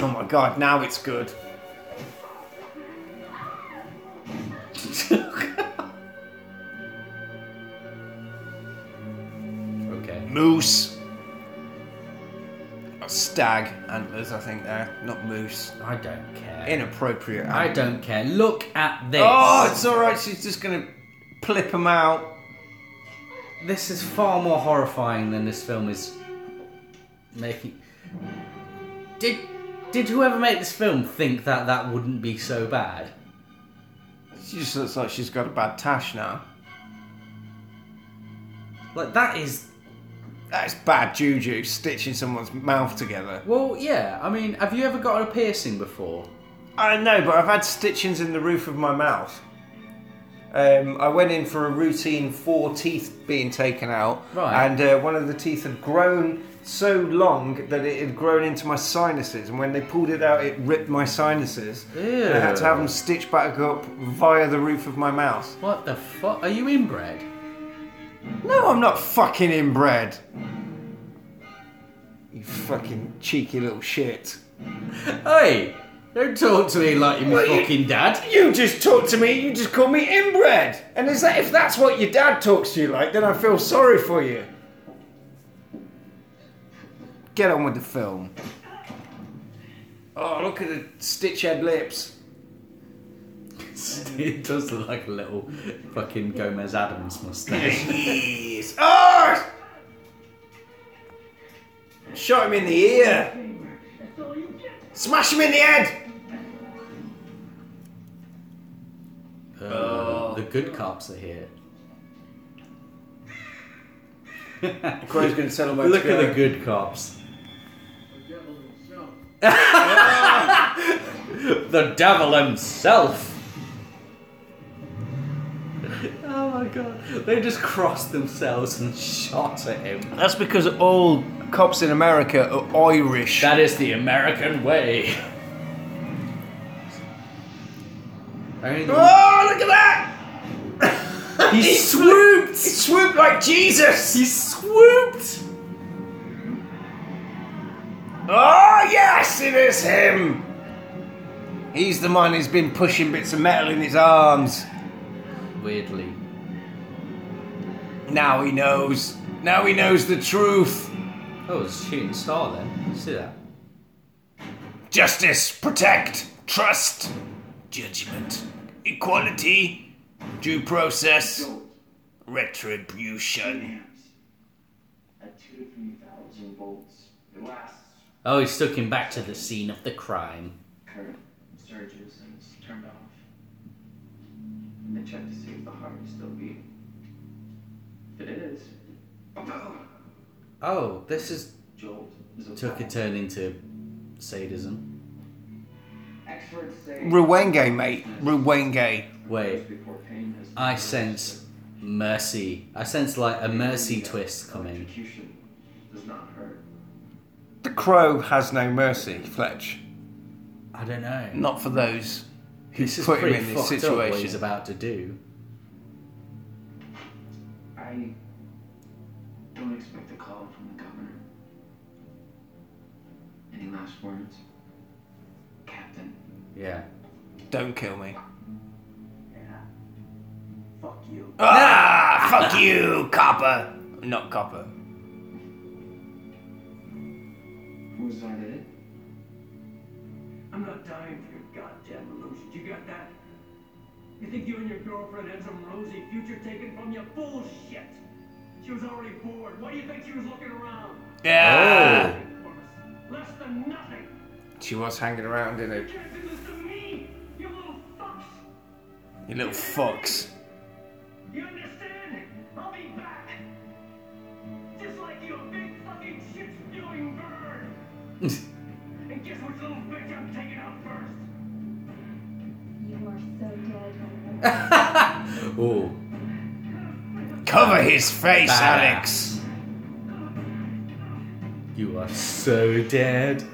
Oh my god! Now it's good.
Okay.
Moose. Stag antlers, I think there, not moose.
I don't care.
Inappropriate.
I don't care. Look at this.
Oh, it's all right. She's just gonna plip him out.
this is far more horrifying than this film is making. Did did whoever made this film think that that wouldn't be so bad?
She just looks like she's got a bad tash now.
Like that is
That's bad juju. Stitching someone's mouth together.
well, yeah. I mean, have you ever got a piercing before?
I know, but I've had stitchings in the roof of my mouth. Um, I went in for a routine four teeth being taken out,
Right.
and uh, one of the teeth had grown so long that it had grown into my sinuses. And when they pulled it out, it ripped my sinuses. And I had to have them stitched back up via the roof of my mouth.
What the fuck? Are you inbred?
No, I'm not fucking inbred. You fucking cheeky little shit.
Hey, don't talk to me like you're my
Well, you-
fucking dad. *laughs*
You just talk to me, you just call me inbred. And is that if that's what your dad talks to you like, then I feel sorry for you. Get on with the film. Oh, look at the stitch head lips.
it does look like a little fucking Gomez
*laughs*
Adams mustache.
Yes. Oh! Shot him in the ear. Smash him in the head.
Uh, the good cops are here. *laughs*
Crow's gonna tell him where
Look
to go.
at the good *laughs* cops.
The devil himself.
The devil himself. oh my god. They just crossed themselves and shot at him.
That's because all cops in America are Irish.
That is the American way. Only the-
oh, look at that!
*laughs* He
It
swooped!
swooped like Jesus!
He swooped!
Oh, yes, it is him! He's the one who's been pushing bits of metal in his arms.
Weirdly.
Now he knows. Now he knows the truth.
Oh, it's a shooting star then. You see that?
Justice, protect, trust, judgment, equality, due process, retribution.
At two to three thousand volts, it lasts
Oh, he's took him back to the scene of the crime.
current surges and it's turned off. And they check to see if the heart is still beating. If it is, *sighs* boom!
Oh, this is
Jolt is a
took a
foul.
turn into sadism.
Experts say
Ruwenge, mate. Ruwenge.
Wait,
before pain has
I sense mercy. I sense like a mercy twist coming.
Execution does not hurt.
The crow has no mercy, Fletch.
I don't know.
Not for those.
This is
put him
pretty
in this
fucked up what
situation.
he's about to do.
I don't expect a call from the governor. Any last words? Captain.
Yeah.
Don't kill me.
Yeah. Fuck you.
Ah, fuck you, copper. Not copper.
Who started it? I'm not dying for your goddamn illusions. You got that? You think you and your girlfriend had some rosy future taken from you? Bullshit! She was already bored. Why do you think she was looking around?
Yeah.
Corvus, Less than nothing!
She was hanging around,
You
didn't it?
can't do this to me! You little fucks!
You little fox.
You understand? I'll be back! Just like you, a big fucking shit spewing bird! and guess which little bitch I'm taking out first?
You are so dead.
*laughs* Oh,
Cover his face,
Badass.
Alex.
you are so dead.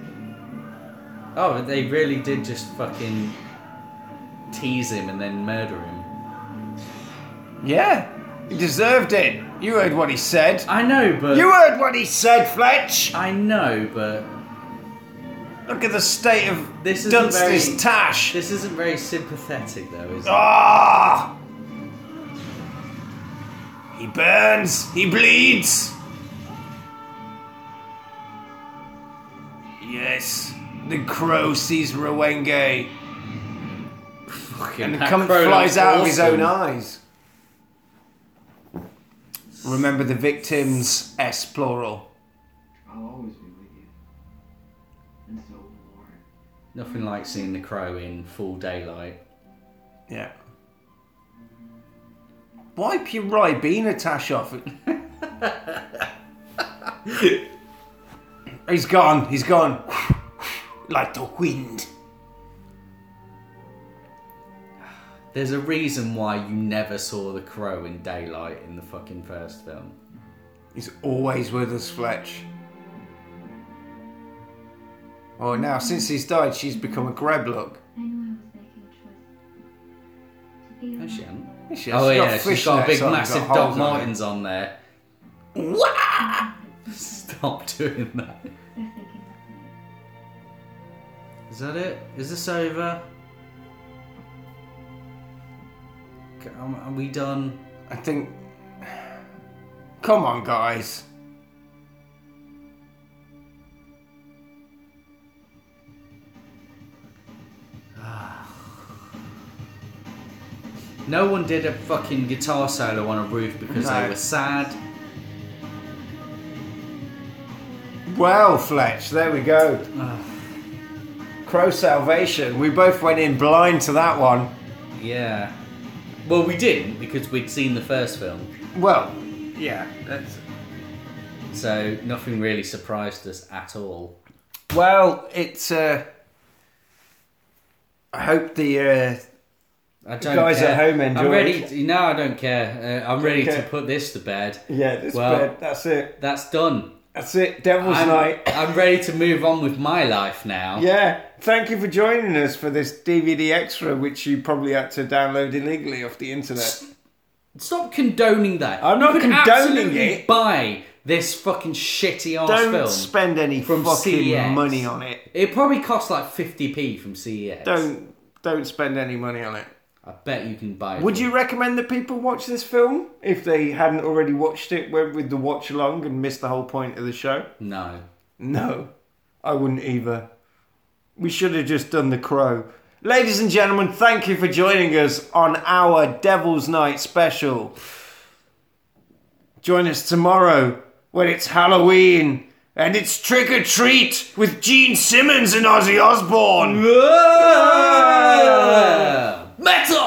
Oh, they really did just fucking tease him and then murder him.
Yeah. He deserved it. You heard what he said.
I know, but
You heard what he said, Fletch.
I know, but
Look at the state of
This isn't
Dunster's
very-
tash.
this isn't very sympathetic, though, is it?
Ah! He burns. He bleeds. Yes. The crow sees Rowenge
Fucking
and
that
come
crow
flies
looks
out of his
awesome.
own eyes. Remember the victims, S plural.
I'll always be with you. And so, Lord,
Nothing like seeing the crow in full daylight.
Yeah. Wipe your Ribena tash
*laughs*
off. he's gone, he's gone. like the wind.
There's a reason why you never saw the crow in daylight in the fucking first film.
He's always with us, Fletch. Oh, now, since he's died, she's become a greb look.
I knew I was making a choice. To be
No, she
alive.
hasn't.
She's
oh yeah, she's
fishnets
got a big,
on, got
massive
holes
Doc
on it.
Martens on there. *laughs*
Wah!
Stop doing that.
They're thinking of me.
Is that it? Is this over? C- um, Are we done?
I think. Come on, guys.
No one did a fucking guitar solo on a roof because
No.
they were sad.
Well, Fletch, there we go.
Ugh.
Crow Salvation. We both went in blind to that one.
Yeah. Well, we didn't because we'd seen the first film,
Well, yeah. That's...
so nothing really surprised us at all.
Well, it's. Uh, I hope the uh,
I don't
guys
care.
at home
I'm
enjoy
ready.
it.
To, no, I don't care. Uh, I'm ready
Okay.
to put this to bed.
Yeah, this
Well-
bed. That's it.
That's done.
That's it. Devil's
I'm,
Night.
I'm ready to move on with my life now.
Yeah. Thank you for joining us for this DVD extra, which you probably had to download illegally off the internet.
Stop condoning that.
I'm not
you can
condoning
absolutely
it.
Buy this fucking shitty ass
Don't
film.
spend any
from E
fucking
CEX.
money on it.
it probably costs like 50p from CEX.
Don't don't spend any money on it.
I bet you can buy it.
Would you recommend that people watch this film if they hadn't already watched it? Went with the watch along and missed the whole point of the show?
No.
No, I wouldn't either. We should have just done The Crow. Ladies and gentlemen, thank you for joining us on our Devil's Night special. Join us tomorrow when it's Halloween and it's Trick or Treat with Gene Simmons and Ozzy Osbourne.
Metal!